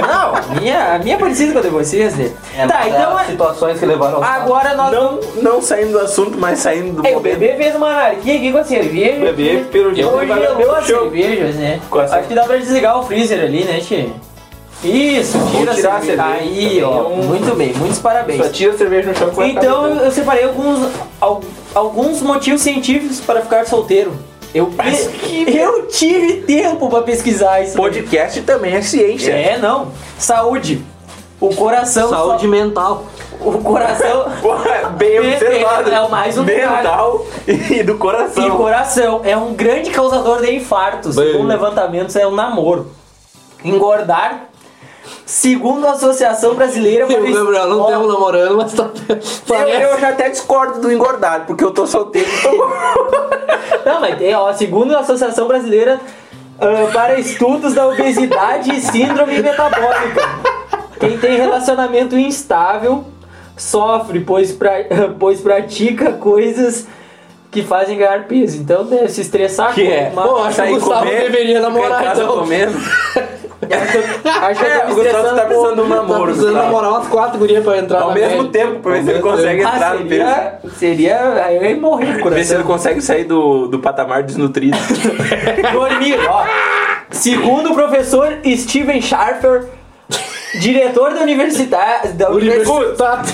[SPEAKER 2] Não, a minha, a minha é parecida com a de vocês, né? tá, então é-
[SPEAKER 3] Situações que levaram ao.
[SPEAKER 2] agora nós
[SPEAKER 4] Não, não saindo do assunto, mas saindo do
[SPEAKER 2] É, o
[SPEAKER 4] momento.
[SPEAKER 2] bebê fez uma anarquia aqui com a cerveja.
[SPEAKER 4] O bebê, pelo jeito,
[SPEAKER 2] Hoje
[SPEAKER 4] vai
[SPEAKER 2] gelou
[SPEAKER 4] pro
[SPEAKER 2] as
[SPEAKER 4] show.
[SPEAKER 2] cervejas, né?
[SPEAKER 4] Com a cerveja.
[SPEAKER 2] Acho que dá pra desligar o freezer ali, né, Tchê? Isso, tira
[SPEAKER 4] tirar
[SPEAKER 2] a
[SPEAKER 4] a
[SPEAKER 2] cerveja.
[SPEAKER 4] cerveja.
[SPEAKER 2] Aí,
[SPEAKER 4] Também
[SPEAKER 2] ó.
[SPEAKER 4] é um-
[SPEAKER 2] Muito bem, muitos
[SPEAKER 4] Só
[SPEAKER 2] parabéns.
[SPEAKER 4] tira a cerveja no chão que vai ficar
[SPEAKER 2] Então
[SPEAKER 4] bebendo.
[SPEAKER 2] eu separei alguns, al- alguns motivos científicos para ficar solteiro. Eu,
[SPEAKER 4] Mas
[SPEAKER 2] *laughs* eu tive tempo pra pesquisar isso.
[SPEAKER 4] podcast também é ciência.
[SPEAKER 2] É, não. Saúde. O coração.
[SPEAKER 3] Saúde mental.
[SPEAKER 2] O
[SPEAKER 4] *laughs*
[SPEAKER 2] coração.
[SPEAKER 4] Porra, é bem
[SPEAKER 2] Perfeito,
[SPEAKER 4] observado.
[SPEAKER 2] é o mais um
[SPEAKER 4] Mental *laughs* e do coração.
[SPEAKER 2] E coração é um grande causador de infartos.
[SPEAKER 3] Bem.
[SPEAKER 2] Segundo levantamentos, é o namoro. Engordar, segundo a Associação Brasileira
[SPEAKER 3] Eu,
[SPEAKER 2] para
[SPEAKER 3] Gabriel, não um estamos namorando, mas tá.
[SPEAKER 4] Eu,
[SPEAKER 3] parece.
[SPEAKER 2] né?
[SPEAKER 4] eu já até discordo do engordar, porque eu tô solteiro. então
[SPEAKER 2] *laughs* Não, mas tem, ó, segundo a Associação Brasileira ah, para Estudos da Obesidade e Síndrome Metabólica. Quem tem relacionamento instável sofre, pois, pra, *laughs* pois pratica coisas que fazem ganhar peso. Então deve se estressar
[SPEAKER 4] Que
[SPEAKER 2] com
[SPEAKER 4] é?
[SPEAKER 2] uma-
[SPEAKER 3] Pô, acho que
[SPEAKER 4] Sair
[SPEAKER 3] o Gustavo
[SPEAKER 4] comendo,
[SPEAKER 3] deveria
[SPEAKER 4] ficar em
[SPEAKER 3] namorar,
[SPEAKER 4] casa
[SPEAKER 3] então. *laughs*
[SPEAKER 4] comendo.
[SPEAKER 2] Acho que eu
[SPEAKER 4] É,
[SPEAKER 2] tô
[SPEAKER 4] o
[SPEAKER 2] me
[SPEAKER 4] Gustavo
[SPEAKER 2] estressando
[SPEAKER 4] tá precisando de um
[SPEAKER 3] Tá
[SPEAKER 4] namoro.
[SPEAKER 3] precisando
[SPEAKER 4] Gustavo.
[SPEAKER 3] namorar umas quatro gurias pra entrar
[SPEAKER 4] Ao
[SPEAKER 3] na
[SPEAKER 4] mesmo
[SPEAKER 3] média.
[SPEAKER 4] tempo, pra ver
[SPEAKER 3] Ao
[SPEAKER 4] se ele
[SPEAKER 3] mesmo
[SPEAKER 4] consegue
[SPEAKER 3] tempo.
[SPEAKER 2] Ah,
[SPEAKER 4] entrar no período.
[SPEAKER 2] seria, seria. aí Eu ia morrer,
[SPEAKER 4] Ver se ele
[SPEAKER 2] coração.
[SPEAKER 4] consegue sair do, do patamar desnutrido. *laughs*
[SPEAKER 2] Dormir, ó. Segundo o professor Steven Scharfer, diretor da universidade. Da, universi-
[SPEAKER 3] Universidade.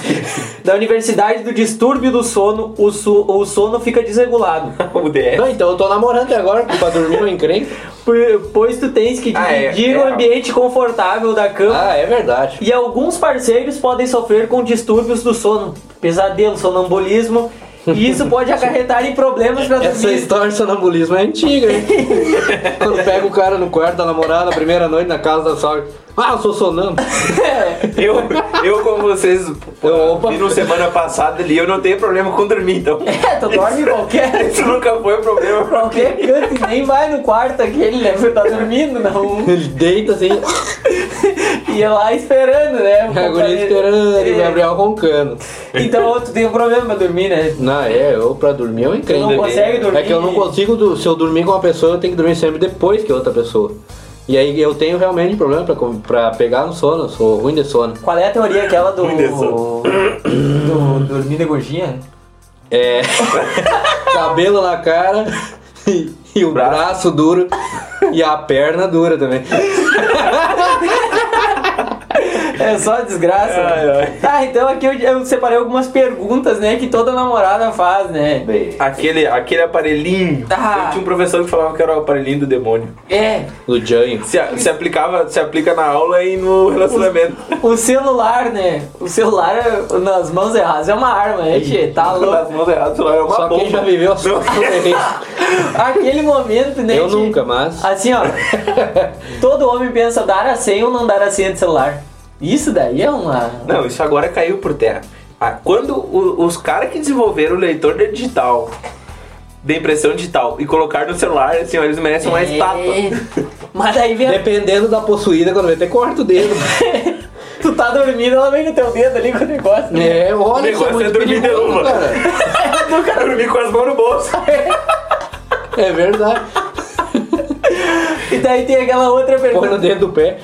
[SPEAKER 2] da Universidade do Distúrbio do Sono, o, su- o sono fica desregulado.
[SPEAKER 4] o DR.
[SPEAKER 3] Não, então eu tô namorando até agora, pra dormir eu encrenca.
[SPEAKER 2] Por- Pois tu tens que
[SPEAKER 4] Ah, é,
[SPEAKER 2] dividir
[SPEAKER 4] é.
[SPEAKER 2] o ambiente confortável da cama
[SPEAKER 3] Ah, é verdade.
[SPEAKER 2] E alguns parceiros podem sofrer com distúrbios do sono, pesadelo, sonambulismo, e isso
[SPEAKER 4] *laughs*
[SPEAKER 2] pode acarretar em problemas para
[SPEAKER 4] é
[SPEAKER 3] Essa
[SPEAKER 2] dormir.
[SPEAKER 3] história de sonambulismo é antiga,
[SPEAKER 4] *laughs*
[SPEAKER 3] hein? Quando pega o cara no quarto da namorada, primeira noite na casa da sogra. Ah, eu sou sonâmbulo.
[SPEAKER 2] *laughs*
[SPEAKER 4] Eu, eu como vocês
[SPEAKER 3] Eu, opa.
[SPEAKER 4] viram semana passada ali, eu não tenho problema com dormir,
[SPEAKER 3] *laughs*
[SPEAKER 4] então.
[SPEAKER 2] É, tu dorme em qualquer,
[SPEAKER 4] Isso nunca foi um problema pra mim.
[SPEAKER 2] qualquer canto, e nem vai no quarto aquele, né? Você tá dormindo,
[SPEAKER 3] *laughs*
[SPEAKER 2] não.
[SPEAKER 3] Ele deita
[SPEAKER 2] *laughs*
[SPEAKER 3] assim,
[SPEAKER 2] E é lá esperando, né?
[SPEAKER 3] É
[SPEAKER 2] É.
[SPEAKER 3] a guria esperando, e o Gabriel roncando.
[SPEAKER 2] Então tu tem um problema pra dormir, né?
[SPEAKER 3] Não, é, eu pra dormir eu encrenco.
[SPEAKER 2] Você não consegue dormir?
[SPEAKER 3] É que eu não consigo, do- se eu dormir com uma pessoa, eu tenho que dormir sempre depois que outra pessoa. E aí eu tenho realmente problema pra, com- pra pegar no sono, eu sou ruim de sono.
[SPEAKER 2] Qual é a teoria aquela do.
[SPEAKER 4] Muito
[SPEAKER 2] do,
[SPEAKER 4] sono.
[SPEAKER 2] dormir na gordinha?
[SPEAKER 3] É. *laughs* cabelo na cara *laughs* e, e o braço. duro e a perna dura também.
[SPEAKER 2] É só desgraça.
[SPEAKER 4] Ai, ai.
[SPEAKER 2] Tá, então aqui eu, eu separei algumas perguntas, né? Que toda namorada faz, né?
[SPEAKER 4] Aquele, aquele aparelhinho.
[SPEAKER 2] Ah.
[SPEAKER 4] Eu tinha um professor que falava que era o aparelhinho do demônio.
[SPEAKER 2] É,
[SPEAKER 3] Do Janho.
[SPEAKER 4] Se, a- se aplicava, se aplica na aula e no relacionamento.
[SPEAKER 2] o celular, né? O celular é- nas mãos erradas é uma arma, né, tchê? Tá
[SPEAKER 3] *laughs*
[SPEAKER 4] Nas
[SPEAKER 2] louco.
[SPEAKER 4] mãos erradas, lá é uma
[SPEAKER 3] Só
[SPEAKER 4] bomba.
[SPEAKER 3] quem já
[SPEAKER 2] *laughs*
[SPEAKER 3] viveu a sua
[SPEAKER 2] Aquele momento, né?
[SPEAKER 3] Eu
[SPEAKER 2] tchê?
[SPEAKER 3] nunca, mas.
[SPEAKER 2] Assim,
[SPEAKER 4] *laughs*
[SPEAKER 2] ó. todo homem pensa dar a senha ou não dar a senha de celular. Isso daí é uma.
[SPEAKER 4] Não, isso agora caiu por terra. Ah, quando o- os caras que desenvolveram o leitor de digital, de impressão digital, e colocar no celular, assim, ó, eles merecem uma estátua. *laughs*
[SPEAKER 2] É. *laughs* Mas daí vem.
[SPEAKER 3] Dependendo da possuída, quando vem até corta o dedo.
[SPEAKER 2] *laughs* tu tá dormindo, ela vem no teu dedo ali com o negócio.
[SPEAKER 3] É, olha, isso
[SPEAKER 4] negócio
[SPEAKER 3] é
[SPEAKER 4] é
[SPEAKER 3] muito
[SPEAKER 4] dormir de
[SPEAKER 3] perigoso,
[SPEAKER 4] uma.
[SPEAKER 3] cara.
[SPEAKER 4] Eu dormi com as mãos no bolso.
[SPEAKER 3] É verdade.
[SPEAKER 2] E daí tem aquela outra
[SPEAKER 3] Põe no
[SPEAKER 2] pergunta.
[SPEAKER 3] dedo do pé.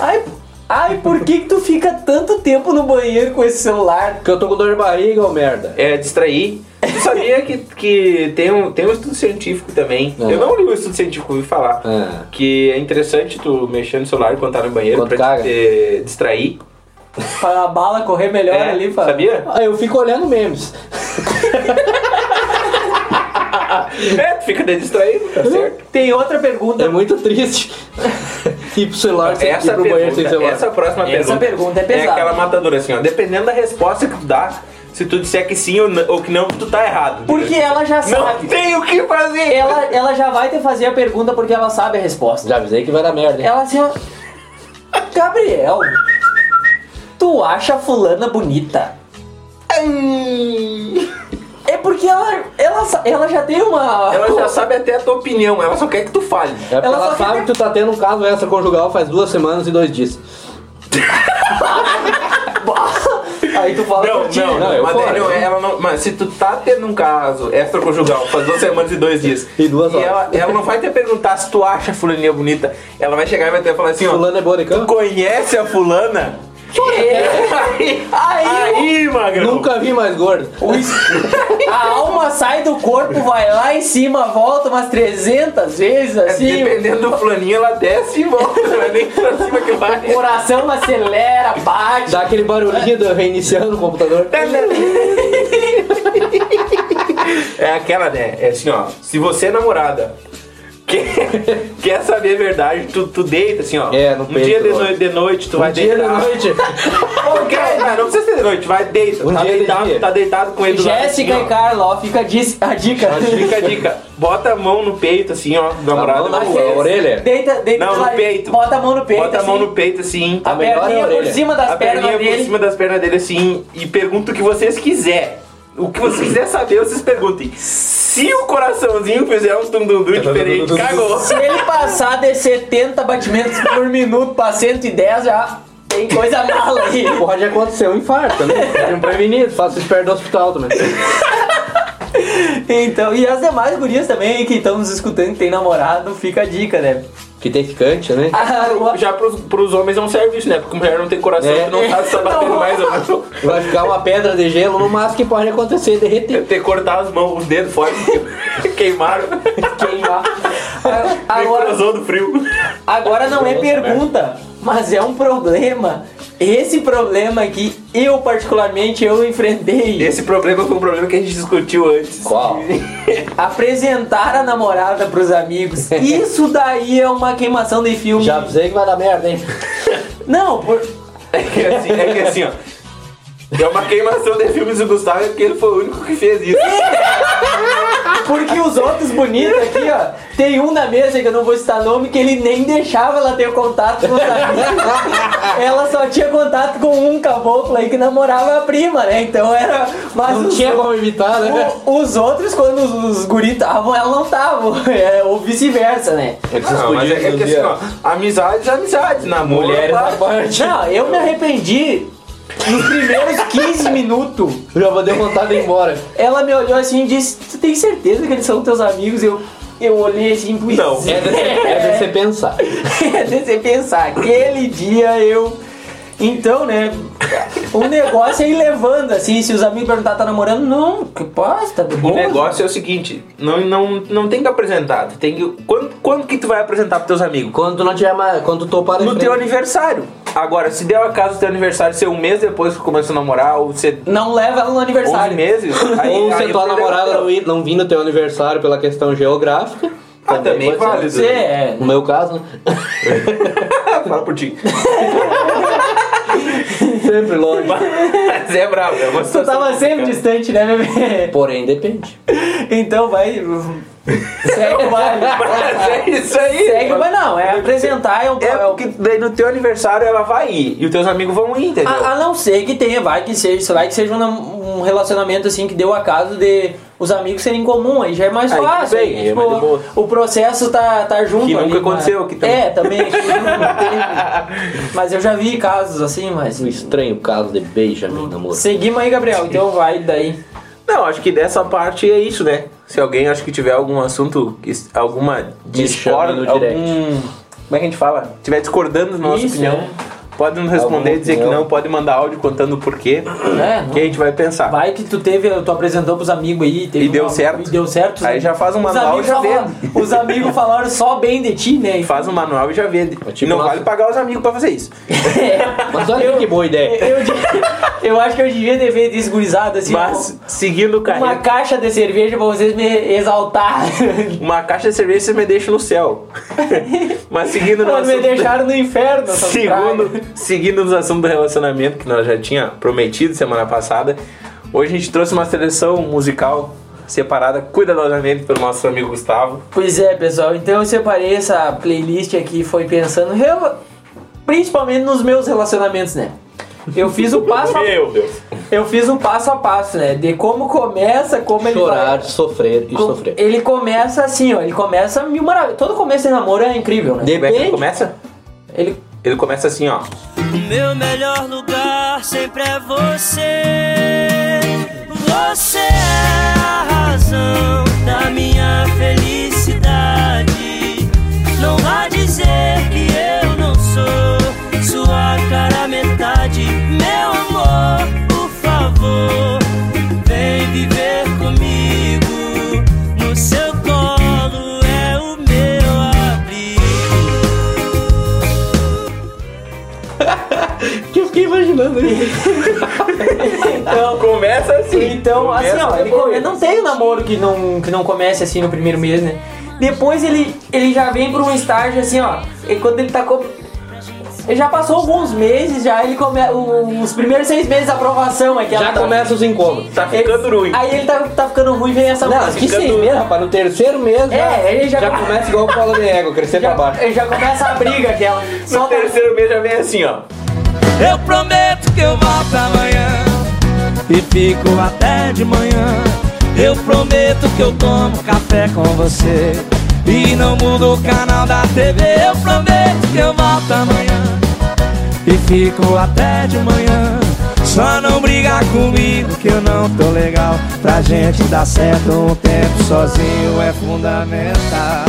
[SPEAKER 2] Ai, ai, por que, que tu fica tanto tempo no banheiro com esse celular?
[SPEAKER 3] Porque eu tô com dor de barriga, ô merda.
[SPEAKER 4] É, distrair. Tu sabia que, que tem, um, tem um estudo científico também.
[SPEAKER 3] É.
[SPEAKER 4] Eu não li o estudo científico, ouvi falar.
[SPEAKER 3] É.
[SPEAKER 4] Que é interessante tu mexer no celular quando tá no banheiro
[SPEAKER 3] Quando
[SPEAKER 4] pra
[SPEAKER 3] caga.
[SPEAKER 4] te eh, distrair.
[SPEAKER 2] Pra a bala correr melhor
[SPEAKER 4] É,
[SPEAKER 2] ali, fala.
[SPEAKER 3] *laughs*
[SPEAKER 4] sabia?
[SPEAKER 3] Ah, eu fico olhando memes.
[SPEAKER 4] É, tu fica de distraído, tá certo?
[SPEAKER 2] Hum? Tem outra pergunta.
[SPEAKER 3] É muito triste. Ir pro celular sem ir
[SPEAKER 4] Essa,
[SPEAKER 3] pro banheiro sem
[SPEAKER 4] pergunta,
[SPEAKER 3] celular.
[SPEAKER 4] essa próxima pergunta.
[SPEAKER 2] Essa pergunta é pesada.
[SPEAKER 4] aquela matadora assim, ó. Dependendo da resposta que tu dá, se tu disser que sim ou, n- ou que não, tu tá errado.
[SPEAKER 2] Porque ela já
[SPEAKER 4] Não
[SPEAKER 2] sabe.
[SPEAKER 4] tem o que fazer!
[SPEAKER 2] Ela, ela já vai te fazer a pergunta porque ela sabe a resposta.
[SPEAKER 3] Já avisei que vai dar merda. hein?
[SPEAKER 2] Ela assim, ó. Gabriel, tu acha a fulana bonita? É porque ela, ela, sa- ela já tem uma.
[SPEAKER 4] Ela já sabe até a tua opinião, ela só quer que tu fale.
[SPEAKER 3] É porque
[SPEAKER 2] ela
[SPEAKER 3] ela,
[SPEAKER 2] só fica-
[SPEAKER 3] sabe que tu tá tendo um caso extraconjugal faz duas semanas e dois dias.
[SPEAKER 2] *laughs* Aí tu fala
[SPEAKER 4] Não,
[SPEAKER 2] por ti.
[SPEAKER 4] não,
[SPEAKER 3] não, eu
[SPEAKER 4] mas daí
[SPEAKER 3] fora.
[SPEAKER 4] não, ela não. Mas se tu tá tendo um caso extraconjugal, faz duas semanas e dois dias.
[SPEAKER 3] E duas horas.
[SPEAKER 4] ela, ela não vai te perguntar se tu acha a fulaninha bonita. Ela vai chegar e vai te falar assim, ó.
[SPEAKER 3] Fulano é boa de
[SPEAKER 4] Tu
[SPEAKER 3] cama?
[SPEAKER 4] conhece a fulana? *laughs* aí, aí, magrão.
[SPEAKER 3] Nunca vi mais gordo.
[SPEAKER 2] O es- A alma sai do corpo, vai lá em cima, volta umas 300 vezes
[SPEAKER 4] É,
[SPEAKER 2] assim.
[SPEAKER 4] Dependendo do fulaninho, ela desce e volta. Não é nem pra cima que vai.
[SPEAKER 2] O coração acelera, bate.
[SPEAKER 3] Dá aquele barulhinho do reiniciando o computador.
[SPEAKER 4] *laughs* É aquela, né? É assim, ó. Se você é namorada. Quer, *laughs* quer saber a verdade? Tu, tu deita assim, ó.
[SPEAKER 3] É, no
[SPEAKER 4] um
[SPEAKER 3] peito,
[SPEAKER 4] dia de,
[SPEAKER 3] ó.
[SPEAKER 4] noi- de noite, tu
[SPEAKER 3] Um
[SPEAKER 4] vai
[SPEAKER 3] dia de
[SPEAKER 4] deitar. *laughs*
[SPEAKER 3] noite.
[SPEAKER 4] Qualquer, cara, não precisa ser de noite, vai deita.
[SPEAKER 3] Um
[SPEAKER 4] tá,
[SPEAKER 3] dia de dia.
[SPEAKER 4] deitado, tá deitado com ele do lado,
[SPEAKER 2] Jéssica
[SPEAKER 4] assim,
[SPEAKER 2] e
[SPEAKER 4] ó.
[SPEAKER 2] Carla, ó, fica a dis- a dica. *laughs*
[SPEAKER 4] Fica a dica. Bota a mão no peito, assim,
[SPEAKER 3] Tá
[SPEAKER 4] ó. do Namorado.
[SPEAKER 3] mão na-
[SPEAKER 4] Bota
[SPEAKER 3] a orelha?
[SPEAKER 2] é, Deita, deita
[SPEAKER 4] Não,
[SPEAKER 2] do
[SPEAKER 4] no
[SPEAKER 2] lado-
[SPEAKER 4] peito.
[SPEAKER 2] Bota a mão no peito.
[SPEAKER 4] a mão
[SPEAKER 2] assim,
[SPEAKER 4] no peito, assim.
[SPEAKER 2] A
[SPEAKER 3] melhor é a
[SPEAKER 2] perninha por
[SPEAKER 3] orelha.
[SPEAKER 2] cima das
[SPEAKER 4] a perninha
[SPEAKER 2] pernas dele.
[SPEAKER 4] por cima das pernas dele assim e pergunta o que vocês quiser. O que vocês quiser saber, vocês perguntem. Se o coraçãozinho fizer um tum-dum-dum diferente, cagou.
[SPEAKER 2] Se ele passar de 70 batimentos por minuto pra 110, já Tem coisa mala aí.
[SPEAKER 3] Pode acontecer um infarto também. Seja um prevenido, faça isso perto do hospital também.
[SPEAKER 2] Então, e as demais gurias também que estão nos escutando, que tem namorado, fica a dica, né?
[SPEAKER 3] Que tem ficante, né?
[SPEAKER 2] Ah, o-
[SPEAKER 4] Já pros, pros homens é um serviço, né? Porque mulher não tem coração,
[SPEAKER 3] É.
[SPEAKER 4] tu não sabe
[SPEAKER 2] *laughs*
[SPEAKER 4] se tá batendo mais ou não.
[SPEAKER 3] Vai ficar uma pedra de gelo no máximo que pode acontecer, derreter.
[SPEAKER 4] Deve ter cortado as mãos, os dedos fora, porque *laughs* queimaram.
[SPEAKER 2] queimar. Ah, Agora,
[SPEAKER 4] Agora... do frio.
[SPEAKER 2] agora não é pergunta, mas é um problema. Esse problema aqui, eu particularmente, eu enfrentei.
[SPEAKER 4] Esse problema foi um problema que a gente discutiu antes.
[SPEAKER 3] Qual?
[SPEAKER 2] Apresentar a namorada pros *laughs* amigos. Isso daí é uma queimação de filme.
[SPEAKER 3] Já avisei que vai dar merda, hein?
[SPEAKER 2] Não, por...
[SPEAKER 4] *laughs* É que assim, é que assim, ó. É uma queimação de filmes do Gustavo, é porque ele foi o único que fez isso.
[SPEAKER 2] porque os outros bonitos aqui, ó. Tem um na mesa que eu não vou citar nome, que ele nem deixava ela ter contato com os amigos. Ela só tinha contato com um caboclo aí que namorava a prima, né? Então era. Mas
[SPEAKER 3] Não
[SPEAKER 2] os
[SPEAKER 3] tinha como evitar, né?
[SPEAKER 2] O- os outros, quando os, os guri estavam, ela não tava. É, ou vice-versa, né?
[SPEAKER 3] Eles
[SPEAKER 4] Não, mas é, é que assim, ó. Amizades, amizades. Namoro,
[SPEAKER 3] Mulheres
[SPEAKER 4] pá.
[SPEAKER 3] na É parte.
[SPEAKER 2] Não, eu me arrependi nos primeiros 15 minutos.
[SPEAKER 3] Já vou deu vontade de ir embora.
[SPEAKER 2] Ela me olhou assim e disse: Tu tem certeza que eles são teus amigos? Eu, eu olhei assim, pois
[SPEAKER 4] Não.
[SPEAKER 3] É de, é de você pensar.
[SPEAKER 2] É *laughs* de você pensar, aquele dia eu. Então, né? O negócio é ir levando, assim, se os amigos perguntar tá namorando, não, que passa, tá de boa.
[SPEAKER 4] O negócio é o seguinte, não, não, não tem que apresentar. tu Tem que, quando, quando que tu vai apresentar pros teus amigos?
[SPEAKER 3] Quando tu não tiver mais. Quando tu topar em
[SPEAKER 4] No
[SPEAKER 3] frente.
[SPEAKER 4] teu aniversário. Agora, se der o acaso o teu aniversário ser um mês depois que tu começou a namorar, ou ser
[SPEAKER 2] Não leva ela no
[SPEAKER 4] 11
[SPEAKER 2] aniversário.
[SPEAKER 4] meses... aí-
[SPEAKER 3] Ou
[SPEAKER 4] aí
[SPEAKER 3] se
[SPEAKER 4] o
[SPEAKER 3] tua
[SPEAKER 4] problema
[SPEAKER 3] namorada
[SPEAKER 4] é teu.
[SPEAKER 3] não, ir, não vir no teu aniversário pela questão geográfica.
[SPEAKER 4] Ah, também
[SPEAKER 3] pode ser.
[SPEAKER 4] válido.
[SPEAKER 2] Você é.
[SPEAKER 3] No meu caso, né?
[SPEAKER 4] Fala por *laughs* ti.
[SPEAKER 3] sempre longe.
[SPEAKER 4] Mas é brabo, é uma
[SPEAKER 2] Tu
[SPEAKER 4] situação
[SPEAKER 2] tava sempre
[SPEAKER 4] complicada.
[SPEAKER 2] distante, né, bebê?
[SPEAKER 3] Porém, depende.
[SPEAKER 2] Então
[SPEAKER 4] *laughs*
[SPEAKER 2] vai. Segue o baile.
[SPEAKER 4] Mas é isso aí.
[SPEAKER 2] Segue, mas não, é apresentar, é um.
[SPEAKER 4] É
[SPEAKER 2] É um-
[SPEAKER 4] porque daí no teu aniversário ela vai ir e os teus amigos vão ir, entendeu?
[SPEAKER 2] a, a não ser que tenha, vai que seja, vai que seja um, nam- um relacionamento assim que deu acaso de os amigos serem comum, aí já é mais
[SPEAKER 4] Aí tudo
[SPEAKER 2] fácil.
[SPEAKER 4] bem,
[SPEAKER 2] aí, tipo,
[SPEAKER 4] é mais de boa.
[SPEAKER 2] o processo tá, tá junto.
[SPEAKER 4] Que nunca
[SPEAKER 2] ali, mas-
[SPEAKER 4] aconteceu aqui também.
[SPEAKER 2] É, também. *laughs* aqui não teve. mas eu já vi casos assim, mas.
[SPEAKER 3] Um estranho caso de Benjamin, amor.
[SPEAKER 2] Seguimos aí, Gabriel, então vai daí.
[SPEAKER 4] Não, acho que dessa parte é isso, né? Se alguém acho que tiver algum assunto, is- alguma
[SPEAKER 3] chame
[SPEAKER 4] discórdia,
[SPEAKER 3] no direct.
[SPEAKER 4] algum. Como é que a gente fala? Tiver discordando da nossa
[SPEAKER 2] Isso,
[SPEAKER 4] opinião,
[SPEAKER 2] né?
[SPEAKER 4] pode nos responder,
[SPEAKER 3] Alguma
[SPEAKER 4] dizer que
[SPEAKER 3] opinião.
[SPEAKER 4] não, pode mandar áudio contando o porquê.
[SPEAKER 2] É, não-
[SPEAKER 4] Que a gente vai pensar.
[SPEAKER 2] Vai que tu teve, tu apresentou pros amigos aí, teve
[SPEAKER 4] E deu
[SPEAKER 2] uma-
[SPEAKER 4] certo.
[SPEAKER 2] E deu certo. né?
[SPEAKER 4] Aí já faz um
[SPEAKER 2] os
[SPEAKER 4] manual
[SPEAKER 2] amigos,
[SPEAKER 4] e já
[SPEAKER 2] falaram,
[SPEAKER 4] vende.
[SPEAKER 2] os amigos falaram só bem de ti, né? *laughs*
[SPEAKER 4] Faz um manual e já vende.
[SPEAKER 3] É tipo
[SPEAKER 4] não
[SPEAKER 3] nossa-
[SPEAKER 4] vale pagar os amigos pra fazer isso.
[SPEAKER 2] É.
[SPEAKER 3] Mas olha que boa ideia.
[SPEAKER 2] Eu, de- *laughs* eu acho que eu devia ter feito isso gurizado, assim.
[SPEAKER 4] Mas, seguindo o
[SPEAKER 2] uma- uma
[SPEAKER 4] cara,
[SPEAKER 2] caixa de cerveja pra vocês me exaltar. *laughs*
[SPEAKER 4] uma caixa de cerveja você me deixa no céu. Mas seguindo o
[SPEAKER 2] Mas
[SPEAKER 4] nosso.
[SPEAKER 2] me deixaram no inferno. essas pragas.
[SPEAKER 4] Segundo, seguindo os assuntos do relacionamento que nós já tinha prometido semana passada, hoje a gente trouxe uma seleção musical separada cuidadosamente pelo nosso amigo Gustavo.
[SPEAKER 2] Pois é, pessoal. Então eu separei essa playlist aqui, foi pensando rela- principalmente nos meus relacionamentos, né? Eu fiz o passo a,
[SPEAKER 4] *laughs* Meu Deus!
[SPEAKER 2] eu fiz um passo a passo, né? De como começa, como ele vai-
[SPEAKER 3] Chorar, sofrer e
[SPEAKER 2] com-
[SPEAKER 3] sofrer.
[SPEAKER 2] Ele começa assim, ó. Ele começa mil maravilhas. Todo começo de namoro é incrível, né?
[SPEAKER 4] Como é que ele
[SPEAKER 3] Depende.
[SPEAKER 4] começa?
[SPEAKER 2] Ele
[SPEAKER 4] Ele começa assim, ó.
[SPEAKER 7] Meu melhor lugar sempre é você. Você é a razão da minha felicidade. Não vá dizer que eu não sou sua cara metade. Meu amor, por favor, vem viver comigo. No seu colo é o meu abrigo.
[SPEAKER 3] Que eu fiquei imaginando isso.
[SPEAKER 2] então
[SPEAKER 4] Começa assim.
[SPEAKER 2] Então, assim,
[SPEAKER 3] é
[SPEAKER 2] ó, ele
[SPEAKER 4] depois.
[SPEAKER 2] come- não tem namoro que não, que não comece assim no primeiro mês, né? Depois ele, ele já vem pra um estágio assim, ó. E quando ele tá com. Ele já passou alguns meses, já ele começa. Os primeiros seis meses da aprovação é que ela
[SPEAKER 3] Já
[SPEAKER 2] tá-
[SPEAKER 3] começa os incômodos.
[SPEAKER 4] Tá ficando
[SPEAKER 2] ele,
[SPEAKER 4] ruim.
[SPEAKER 2] Aí ele tá, tá ficando ruim, vem essa
[SPEAKER 3] Não,
[SPEAKER 2] música.
[SPEAKER 3] que seis meses, rapaz. No terceiro mês
[SPEAKER 2] É, ele já-
[SPEAKER 3] já, começa igual o colo de ego, crescer pra
[SPEAKER 2] já,
[SPEAKER 3] baixo.
[SPEAKER 2] ele já começa a briga aquela.
[SPEAKER 4] No
[SPEAKER 2] Só
[SPEAKER 4] terceiro mês já vem assim, ó.
[SPEAKER 7] Eu prometo que eu volto amanhã e fico até de manhã. Eu prometo que eu tomo
[SPEAKER 2] é
[SPEAKER 7] café com você e não mudo o canal da TV. Eu prometo que eu volto amanhã.
[SPEAKER 8] e fico até de manhã. Só não briga comigo que eu não tô legal. Pra gente dar certo, um tempo sozinho é fundamental.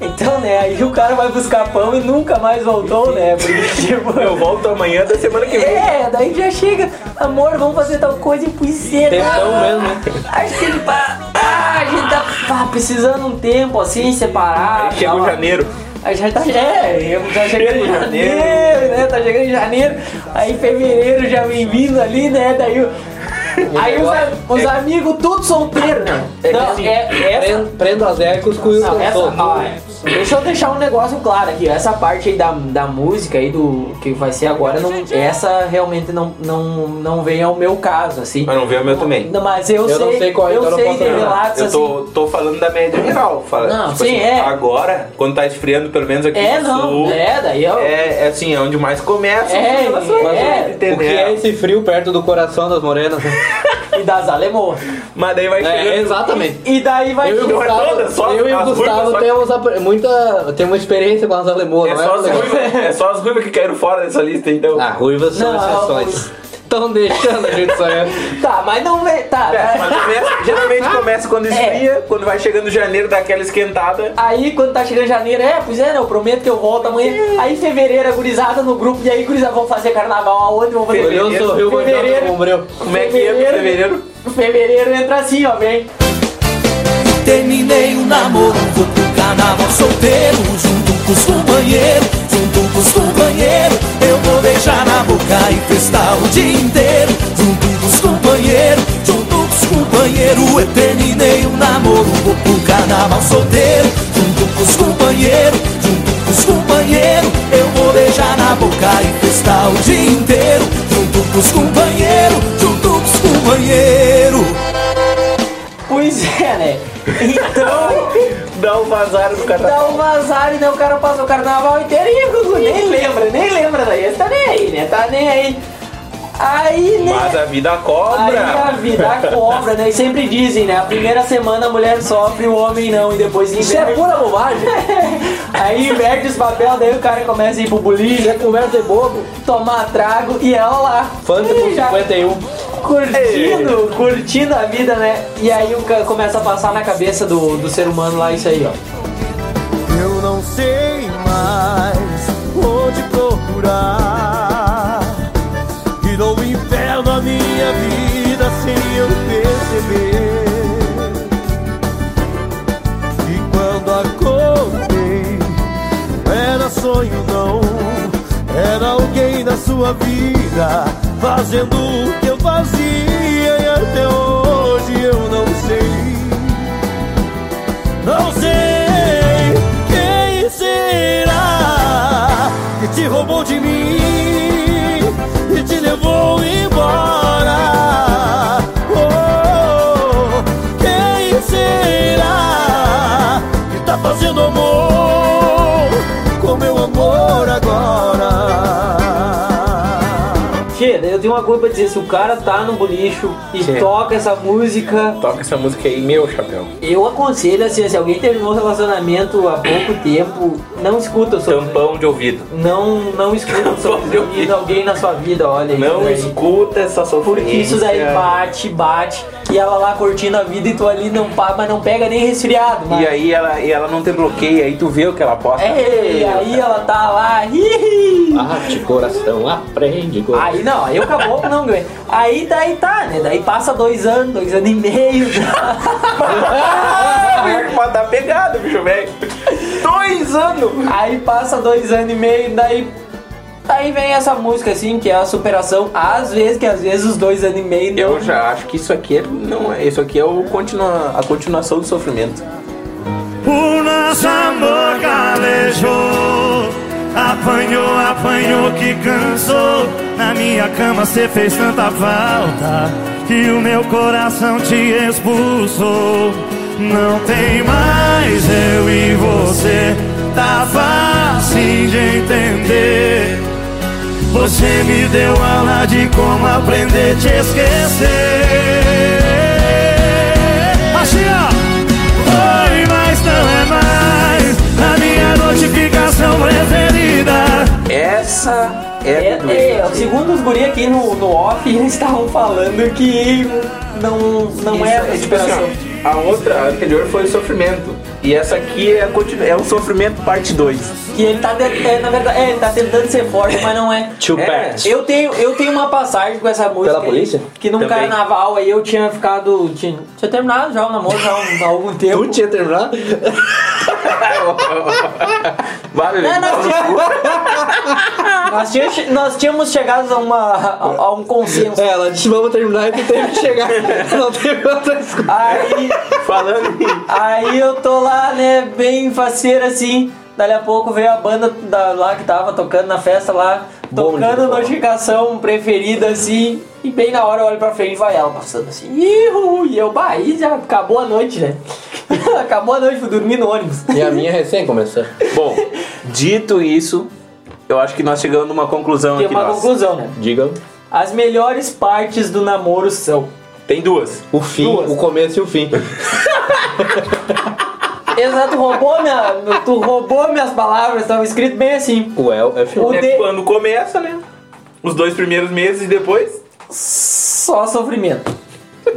[SPEAKER 2] Então, né, aí o cara vai buscar pão e nunca mais voltou, né? Porque, tipo,
[SPEAKER 4] Eu volto amanhã da semana que vem.
[SPEAKER 2] é, daí já chega, amor, vamos fazer tal coisa e puiceira.
[SPEAKER 3] Tempão mesmo, né?
[SPEAKER 2] Acho que ele pá, ah, a gente tá pá, precisando um tempo assim, separado.
[SPEAKER 4] Chega
[SPEAKER 2] tal.
[SPEAKER 4] em janeiro.
[SPEAKER 2] Aí já tá, é, eu- tá chegando em janeiro, né? Tá chegando em janeiro, aí fevereiro já vem vindo ali, né? Daí
[SPEAKER 4] *laughs*
[SPEAKER 2] o- Aí os, a-
[SPEAKER 4] é
[SPEAKER 2] os amigos todos solteiros. Não,
[SPEAKER 4] assim,
[SPEAKER 2] é, essa,
[SPEAKER 3] Prendo- Prendo as ecos com o
[SPEAKER 2] não, é essa,
[SPEAKER 3] sol.
[SPEAKER 2] ó, deixa eu deixar um negócio claro aqui. Essa parte aí da, da música aí do que vai ser agora, não, essa realmente não, não, não vem ao meu caso, assim.
[SPEAKER 4] Mas não veio o meu também.
[SPEAKER 2] Não, Mas eu,
[SPEAKER 3] Eu
[SPEAKER 2] sei,
[SPEAKER 3] não sei qual é,
[SPEAKER 2] eu
[SPEAKER 3] então não
[SPEAKER 2] sei
[SPEAKER 3] posso
[SPEAKER 2] de
[SPEAKER 3] opinar.
[SPEAKER 2] relatos
[SPEAKER 4] Eu
[SPEAKER 2] assim.
[SPEAKER 4] tô, tô falando da média geral. Fala, tipo assim,
[SPEAKER 2] Não, sim, é.
[SPEAKER 4] Agora, quando tá esfriando, pelo menos aqui
[SPEAKER 2] É,
[SPEAKER 4] no
[SPEAKER 2] não,
[SPEAKER 4] sul,
[SPEAKER 2] é, daí eu.
[SPEAKER 4] é, é assim, é onde mais começa.
[SPEAKER 2] É,
[SPEAKER 4] mas,
[SPEAKER 2] é.
[SPEAKER 3] O que é
[SPEAKER 4] entendeu?
[SPEAKER 3] esse frio perto do coração das morenas? né?
[SPEAKER 2] *laughs* E das alemãs.
[SPEAKER 4] mas daí vai chegando.
[SPEAKER 3] É, exatamente.
[SPEAKER 2] E daí vai
[SPEAKER 3] Eu e o
[SPEAKER 4] Não é toda,
[SPEAKER 3] Gustavo,
[SPEAKER 4] só
[SPEAKER 3] eu e o
[SPEAKER 4] as ruivas,
[SPEAKER 3] Gustavo
[SPEAKER 4] só-
[SPEAKER 3] temos apre- muita, temos experiência com as alemãs,
[SPEAKER 4] É
[SPEAKER 3] não
[SPEAKER 4] só, as
[SPEAKER 3] é?
[SPEAKER 4] ruivas,
[SPEAKER 3] *laughs*
[SPEAKER 4] é só as ruivas que caíram fora dessa lista, então.
[SPEAKER 3] Ah, ruivas são
[SPEAKER 2] Não,
[SPEAKER 3] exceções. Estão deixando a gente sonhar.
[SPEAKER 4] *laughs*
[SPEAKER 2] Tá, mas não vem. Tá,
[SPEAKER 4] É,
[SPEAKER 2] tá.
[SPEAKER 4] mas começa- geralmente começa quando esfria, quando vai chegando janeiro, dá aquela esquentada.
[SPEAKER 2] Aí quando tá chegando janeiro, é, pois é, né, eu prometo que eu volto amanhã. Aí fevereiro, a gurizada no grupo, e aí gurizada, vamos fazer carnaval aonde? Vamos fazer.
[SPEAKER 3] Olhou,
[SPEAKER 4] Fevereiro,
[SPEAKER 3] sorriu,
[SPEAKER 2] fevereiro.
[SPEAKER 3] banhou, bombreu.
[SPEAKER 4] Como é que entra fevereiro?
[SPEAKER 2] Fevereiro entra assim, ó, vem.
[SPEAKER 8] Terminei o namoro, vou pro carnaval solteiro Junto com os companheiros, junto com os companheiros Eu vou beijar na boca e festar o dia inteiro Junto com os companheiros, junto com os companheiros Eu terminei o namoro, vou pro carnaval solteiro Junto com os companheiros, junto com os companheiros Eu vou beijar na boca e festar o dia inteiro Junto com os companheiros, junto com os companheiros
[SPEAKER 2] Pois é, né? Então,
[SPEAKER 4] Dá um vazar no canal.
[SPEAKER 2] dá um azar e daí o cara passa o carnaval inteiro e Gugu, nem lembra, nem lembra daí. Esse Tá nem aí, né? Tá nem aí. Aí, né?
[SPEAKER 4] Mas a vida
[SPEAKER 2] Aí
[SPEAKER 4] cobra.
[SPEAKER 2] a vida cobra, né? E sempre dizem, né? A primeira semana a mulher sofre, o homem não, e depois inverte. Isso é pura bobagem. *laughs* Aí inverte os papel, daí o cara começa a ir pro bullying, já é conversa de bobo, tomar trago e ela lá.
[SPEAKER 3] Fanta por
[SPEAKER 2] Ih, já
[SPEAKER 3] 51.
[SPEAKER 2] Curtindo, curtindo a vida, né? E aí o cara começa a passar na cabeça do, do ser humano lá isso aí, ó.
[SPEAKER 8] Eu não sei mais onde procurar. E dou o inferno à minha vida sem eu perceber. E quando acordei, era sonho não. Era alguém na sua vida fazendo o que eu fazia. E até hoje eu não sei. Não sei quem será que te roubou de mim e te levou embora. Oh, quem será que tá fazendo amor com meu amor agora?
[SPEAKER 2] Tchê, daí eu tenho uma coisa pra dizer, se o cara tá no bolicho e
[SPEAKER 4] Tchê.
[SPEAKER 2] toca essa música,
[SPEAKER 4] Toca essa música aí, meu chapéu.
[SPEAKER 2] Eu aconselho assim, se alguém terminou um relacionamento há pouco tempo, não escuta o seu
[SPEAKER 4] Tampão de ouvido.
[SPEAKER 2] não não escuta o seu
[SPEAKER 4] Meu Deus.
[SPEAKER 2] de alguém na sua vida, olha isso
[SPEAKER 4] Não
[SPEAKER 2] daí.
[SPEAKER 4] escuta essa sofrência.
[SPEAKER 2] Porque isso daí bate, bate, e ela lá curtindo a vida e tu ali não pá, mas não pega nem resfriado, mano.
[SPEAKER 4] E aí ela, e ela não tem bloqueio, aí tu vê o que ela posta.
[SPEAKER 2] É, e aí ela tá lá, hihi.
[SPEAKER 3] Arte, coração, aprende. coração.
[SPEAKER 2] Aí não, aí o caboclo não ganha. Aí daí tá, né? Daí passa dois anos, dois anos e meio.
[SPEAKER 4] Mas tá pegado, bicho velho. *laughs* Dois anos.
[SPEAKER 2] Aí passa dois anos e meio, daí. Aí vem essa música assim, que é a superação. Às vezes, que às vezes os dois anos e meio não.
[SPEAKER 4] Eu já acho que isso aqui é, não é. Isso aqui é o continua, a continuação do sofrimento.
[SPEAKER 9] O nosso amor calejou Apanhou, apanhou que cansou Na minha cama cê fez tanta falta Que o meu coração te expulsou Não tem mais eu e você Tá fácil de entender Você me deu aula de como aprender a te esquecer Assim ó Oi, mas não é mais a minha notificação preferida.
[SPEAKER 4] Essa é
[SPEAKER 2] Não, é segundo os guri aqui no, no off, eles estavam falando que não, não é
[SPEAKER 4] É tipo assim,
[SPEAKER 2] superação.
[SPEAKER 4] ó, a outra, a anterior foi o sofrimento. E essa aqui é, a continu- é o sofrimento parte 2.
[SPEAKER 2] Que ele tá, de- é, na verdade, é, ele tá tentando ser forte, mas não é.
[SPEAKER 3] Two
[SPEAKER 4] É.
[SPEAKER 3] packs.
[SPEAKER 2] Eu tenho, eu tenho uma passagem com essa música.
[SPEAKER 3] Pela
[SPEAKER 2] aí,
[SPEAKER 3] polícia?
[SPEAKER 2] Que num
[SPEAKER 4] Também.
[SPEAKER 2] carnaval aí eu tinha ficado. Tinha, tinha terminado já o namoro já há um- há algum tempo.
[SPEAKER 3] Tu tinha terminado?
[SPEAKER 4] Vale,
[SPEAKER 2] É, nós,
[SPEAKER 3] *laughs*
[SPEAKER 2] tinha... nós, tinha che- nós tínhamos chegado a, uma, a, a um consenso.
[SPEAKER 3] É, ela disse, vamos terminar e tu teve que chegar. Não teve outra escolha.
[SPEAKER 2] Aí,
[SPEAKER 4] falando em
[SPEAKER 2] aí eu tô lá, né, bem faceira assim. Dali a pouco veio a banda da, lá que tava tocando na festa lá,
[SPEAKER 3] Bonde, né?
[SPEAKER 2] tocando
[SPEAKER 3] pô.
[SPEAKER 2] notificação preferida assim. E bem na hora eu olho pra frente e vai ela passando assim. Ihu! E eu, bah, aí já acabou a noite, né? *laughs* acabou a noite, fui dormir no ônibus.
[SPEAKER 3] E a minha recém começou.
[SPEAKER 4] Bom, dito isso, eu acho que nós chegamos numa conclusão
[SPEAKER 2] Tem
[SPEAKER 4] aqui.
[SPEAKER 2] uma
[SPEAKER 4] nós.
[SPEAKER 2] conclusão, né?
[SPEAKER 3] Diga.
[SPEAKER 2] As melhores partes do namoro são.
[SPEAKER 4] Tem duas.
[SPEAKER 3] O fim,
[SPEAKER 2] Duas.
[SPEAKER 3] o começo e o fim.
[SPEAKER 2] Exato, roubou minha, tu roubou minhas palavras, tava escrito bem assim.
[SPEAKER 3] O El é fim.
[SPEAKER 2] O
[SPEAKER 4] É
[SPEAKER 2] de-
[SPEAKER 4] quando começa, né? Os dois primeiros meses e depois.
[SPEAKER 2] Só sofrimento.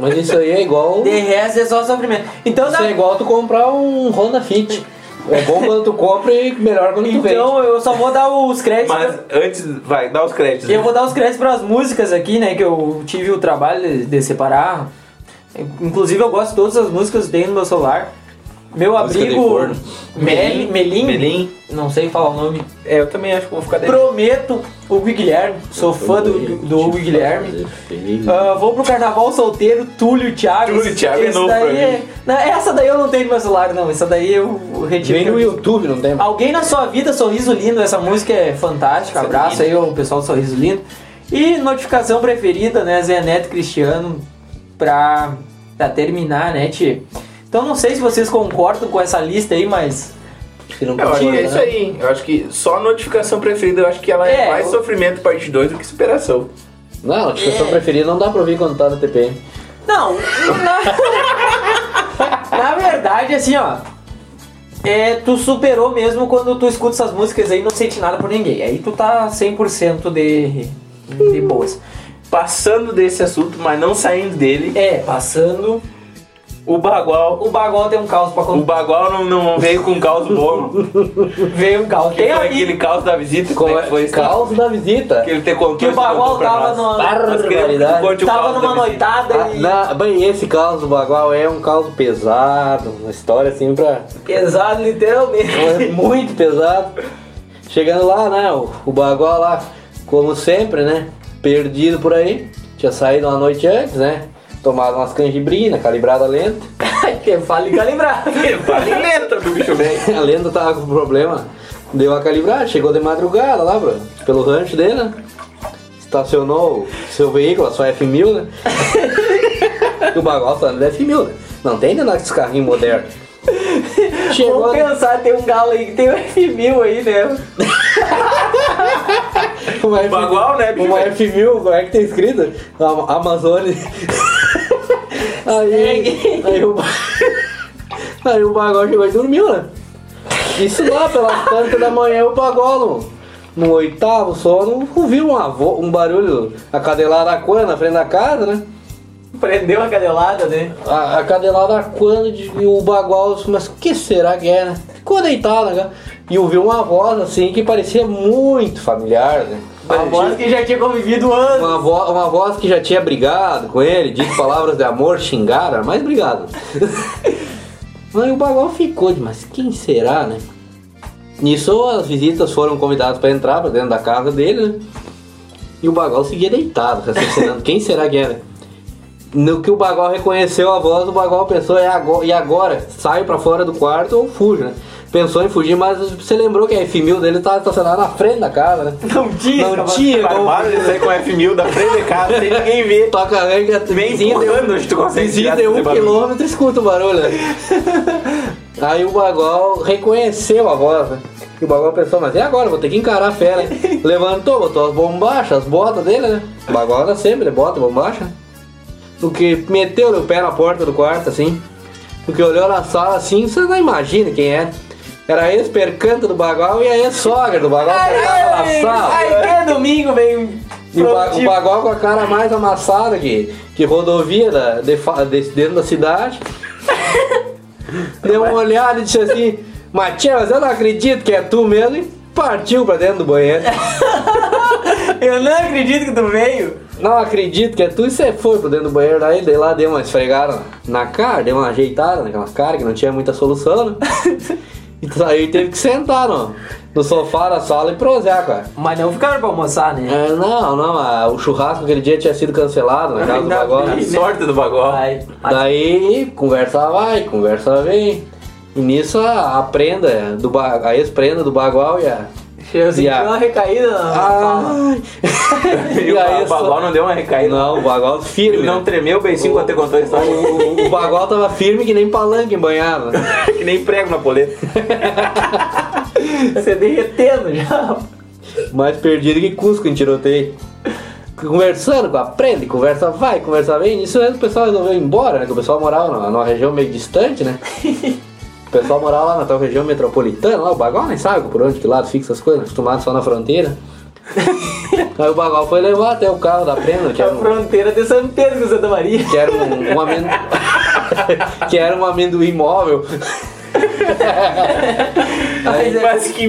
[SPEAKER 3] Mas isso aí é igual.
[SPEAKER 2] De resto é só sofrimento. Então,
[SPEAKER 3] Isso
[SPEAKER 2] na-
[SPEAKER 3] é igual tu comprar um Honda Fit. É bom quando tu compra e melhor quando tu vende.
[SPEAKER 2] então eu só vou dar os créditos.
[SPEAKER 4] Mas antes, vai, dá os créditos.
[SPEAKER 2] Eu vou dar os créditos para as músicas aqui, né? Que eu tive o trabalho de, de separar. Inclusive, eu gosto de todas as músicas que tem no meu celular. Meu
[SPEAKER 3] Música de
[SPEAKER 2] abrigo.
[SPEAKER 3] forno.
[SPEAKER 2] Mel, Melim,
[SPEAKER 4] Melim.
[SPEAKER 2] Não sei falar o nome.
[SPEAKER 4] É, eu também acho que vou ficar dentro.
[SPEAKER 2] Prometo o Hugo Guilherme. Sou fã do, do Hugo Guilherme. Ah, vou pro carnaval solteiro, Túlio Thiago.
[SPEAKER 4] Túlio Thiago é
[SPEAKER 2] Esse
[SPEAKER 4] novo
[SPEAKER 2] daí
[SPEAKER 4] pra mim.
[SPEAKER 2] é- não, essa daí eu não tenho no meu celular, não. Essa daí eu eu retiro.
[SPEAKER 3] Vem no YouTube, não tem?
[SPEAKER 2] Alguém na sua vida, sorriso lindo. Essa música é fantástica. Abraço aí ao pessoal do Sorriso Lindo. E notificação preferida, né? Zé Neto e Cristiano pra, pra terminar, né, Ti? Então não sei se vocês concordam com essa lista aí, mas.
[SPEAKER 3] Se não né?
[SPEAKER 4] Eu acho que é
[SPEAKER 3] concordar.
[SPEAKER 4] isso aí. Eu acho que só a notificação preferida, eu acho que ela é,
[SPEAKER 2] É,
[SPEAKER 4] mais
[SPEAKER 2] eu-
[SPEAKER 4] sofrimento parte 2 do que superação.
[SPEAKER 3] Não, a discussão preferida não dá pra ouvir quando tá no TPM.
[SPEAKER 2] Não! *laughs* Na, na verdade, assim, ó. É, tu superou mesmo quando tu escuta essas músicas aí e não sente nada por ninguém. Aí tu tá 100% de, de boas.
[SPEAKER 4] Passando desse assunto, mas não saindo dele,
[SPEAKER 2] É, passando.
[SPEAKER 4] o Bagual.
[SPEAKER 2] O Bagual tem um caos pra
[SPEAKER 4] O
[SPEAKER 2] contar.
[SPEAKER 4] Bagual não, não veio com caos bom.
[SPEAKER 2] Veio um caos.
[SPEAKER 4] Que
[SPEAKER 2] Tem
[SPEAKER 4] foi
[SPEAKER 2] aquele
[SPEAKER 4] aquele caos da visita, como é que foi isso?
[SPEAKER 3] Caos da visita.
[SPEAKER 4] Que ele te contou
[SPEAKER 2] que o
[SPEAKER 4] isso
[SPEAKER 2] Bagual
[SPEAKER 4] contou pra
[SPEAKER 2] tava
[SPEAKER 4] nós.
[SPEAKER 2] numa,
[SPEAKER 4] Nós queremos que é tu
[SPEAKER 3] Barbaridade.
[SPEAKER 4] conte o
[SPEAKER 2] tava
[SPEAKER 4] caos da
[SPEAKER 2] numa
[SPEAKER 4] visita.
[SPEAKER 2] noitada
[SPEAKER 3] Ah,
[SPEAKER 2] *laughs* e.
[SPEAKER 3] na- bem, esse caos do Bagual é um caos pesado, uma história assim pra.
[SPEAKER 2] Pesado,
[SPEAKER 4] *laughs*
[SPEAKER 2] literalmente.
[SPEAKER 3] é muito pesado. Chegando lá, né? O, o Bagual lá, como sempre, né? Perdido por aí. Tinha saído uma noite antes, né? Tomado umas canjibrina, calibrada lenta.
[SPEAKER 2] que fala e calibrar.
[SPEAKER 4] Fale lenta pro bicho bem.
[SPEAKER 3] *laughs* A lenda tava com problema. Deu a calibrada, chegou de madrugada lá, bro, pelo rancho dele, né? Estacionou o seu veículo, a sua F1000, né? e o Bagual falando da F1000, né? Não tem nada desses carrinhos modernos. Chegou,
[SPEAKER 2] Vamos
[SPEAKER 3] né?
[SPEAKER 2] pensar, tem um galo aí que tem um F1000 aí, né? *laughs*
[SPEAKER 3] Uma F-
[SPEAKER 4] Bagual, né, bicho?
[SPEAKER 3] Uma F1000, é como é que tem escrito? Am- Amazônia. aí,
[SPEAKER 2] Segue.
[SPEAKER 3] aí, o, Ba- *laughs* aí o Bagol chegou e dormiu, né? Isso lá, pelas tantas da manhã, o Bagol, no, no oitavo sono, ouviu uma, vo- um barulho, a cadelada da Quan na frente da casa, né?
[SPEAKER 2] Prendeu a cadelada, né?
[SPEAKER 3] A, a cadelada da Quan e o Bagol, mas o que será que é, né? Ficou deitado, né? E ouviu uma voz, assim, que parecia muito familiar, né?
[SPEAKER 2] A voz que já tinha convivido anos.
[SPEAKER 3] Uma, vo- uma voz que já tinha brigado com ele, disse palavras de amor, xingara, mas *laughs* brigado. Mas o Bagual ficou de, mas quem será, né? Nisso as visitas foram convidadas para entrar pra dentro da casa dele, né? E o Bagual seguia deitado, raciocinando, quem será que era? No que o Bagual reconheceu a voz, o Bagual pensou, "É ago- e agora? Saio pra fora do quarto ou fujo, né? Pensou em fugir, mas você lembrou que a F1000 dele tava estacionada na frente da casa, né?
[SPEAKER 2] Não
[SPEAKER 3] *laughs*
[SPEAKER 2] tinha,
[SPEAKER 3] Não
[SPEAKER 2] capaz.
[SPEAKER 3] tinha como
[SPEAKER 4] Armaram ele sair com F1000 da frente de casa sem ninguém ver.
[SPEAKER 3] Toca a ranga,
[SPEAKER 4] Vem
[SPEAKER 3] vizinho deu, um-
[SPEAKER 4] empurrando, acho que tu consegue
[SPEAKER 3] vizinho
[SPEAKER 4] tirar
[SPEAKER 3] deu
[SPEAKER 4] esse
[SPEAKER 3] um
[SPEAKER 4] barulho.
[SPEAKER 3] quilômetro e escuta o barulho. né? Aí o Bagol reconheceu a voz, né? E o Bagol pensou, mas e agora? Vou ter que encarar a fera. hein? Levantou, botou as bombachas, as botas dele, né? O Bagol anda sempre, ele bota bombacha. No que meteu o pé na porta do quarto, assim. No que olhou na sala, assim, você não imagina quem é. Era a ex-percanta do Bagol e a ex-sogra do Bagol. que tava na
[SPEAKER 2] Ai,
[SPEAKER 3] sala.
[SPEAKER 2] ai, que domingo, vem um
[SPEAKER 3] E o, ba- o Bagual com a cara mais amassada que, que rodovia da- de fa- de- dentro
[SPEAKER 2] *laughs*
[SPEAKER 3] da cidade. Deu uma olhada e disse assim, Matias, eu não acredito que é tu mesmo. E partiu pra dentro do
[SPEAKER 2] *laughs*
[SPEAKER 3] banheiro.
[SPEAKER 2] Eu não acredito que tu veio.
[SPEAKER 3] Não acredito que é tu. E você foi pra dentro do banheiro daí, daí lá deu uma esfregada na cara, deu uma ajeitada naquela cara que não tinha muita
[SPEAKER 2] *laughs*
[SPEAKER 3] solução, né? Então aí teve que sentar no, no sofá da sala e prosar, cara.
[SPEAKER 2] Mas não ficaram pra almoçar, né?
[SPEAKER 3] É, não, não, a- o churrasco aquele dia tinha sido cancelado na casa do
[SPEAKER 2] Ainda
[SPEAKER 3] Bagola.
[SPEAKER 2] bem, né?
[SPEAKER 4] Sorte do bagulho.
[SPEAKER 2] Ai, ai,
[SPEAKER 3] Daí, conversa vai, conversa vem. E nisso a, a prenda, do, Ba- a ex-prenda do Bagual e a.
[SPEAKER 2] eu senti
[SPEAKER 3] Yeah. Ah.
[SPEAKER 2] uma recaída na na fala.
[SPEAKER 3] Ai. *laughs*
[SPEAKER 4] E
[SPEAKER 3] e aí,
[SPEAKER 4] o Bagual não deu uma recaída.
[SPEAKER 3] Não, o Bagual firme.
[SPEAKER 4] Ele não
[SPEAKER 3] né?
[SPEAKER 4] tremeu bem sim quando você contou a história.
[SPEAKER 3] O Bagual tava firme que nem palanque embanhado.
[SPEAKER 4] *laughs* que nem prego na poleta.
[SPEAKER 2] Você derretendo já.
[SPEAKER 3] Mais perdido que Cusco em tiroteio. Conversando com a prenda, e conversa vai, conversa vem. Nisso aí o pessoal resolveu ir embora, né? Que o pessoal morava numa, numa região meio distante, né? O pessoal morava lá na tal região metropolitana, lá o Bagual nem sabe por onde que lado fixa as coisas, né? acostumado só na fronteira. aí o Bagual foi levar até o carro da prenda, que
[SPEAKER 2] A
[SPEAKER 3] era um,
[SPEAKER 2] fronteira de São Pedro com Santa Maria.
[SPEAKER 3] que era um, um amen- *laughs* que era um amendoim móvel.
[SPEAKER 2] Mas é-
[SPEAKER 4] Mas que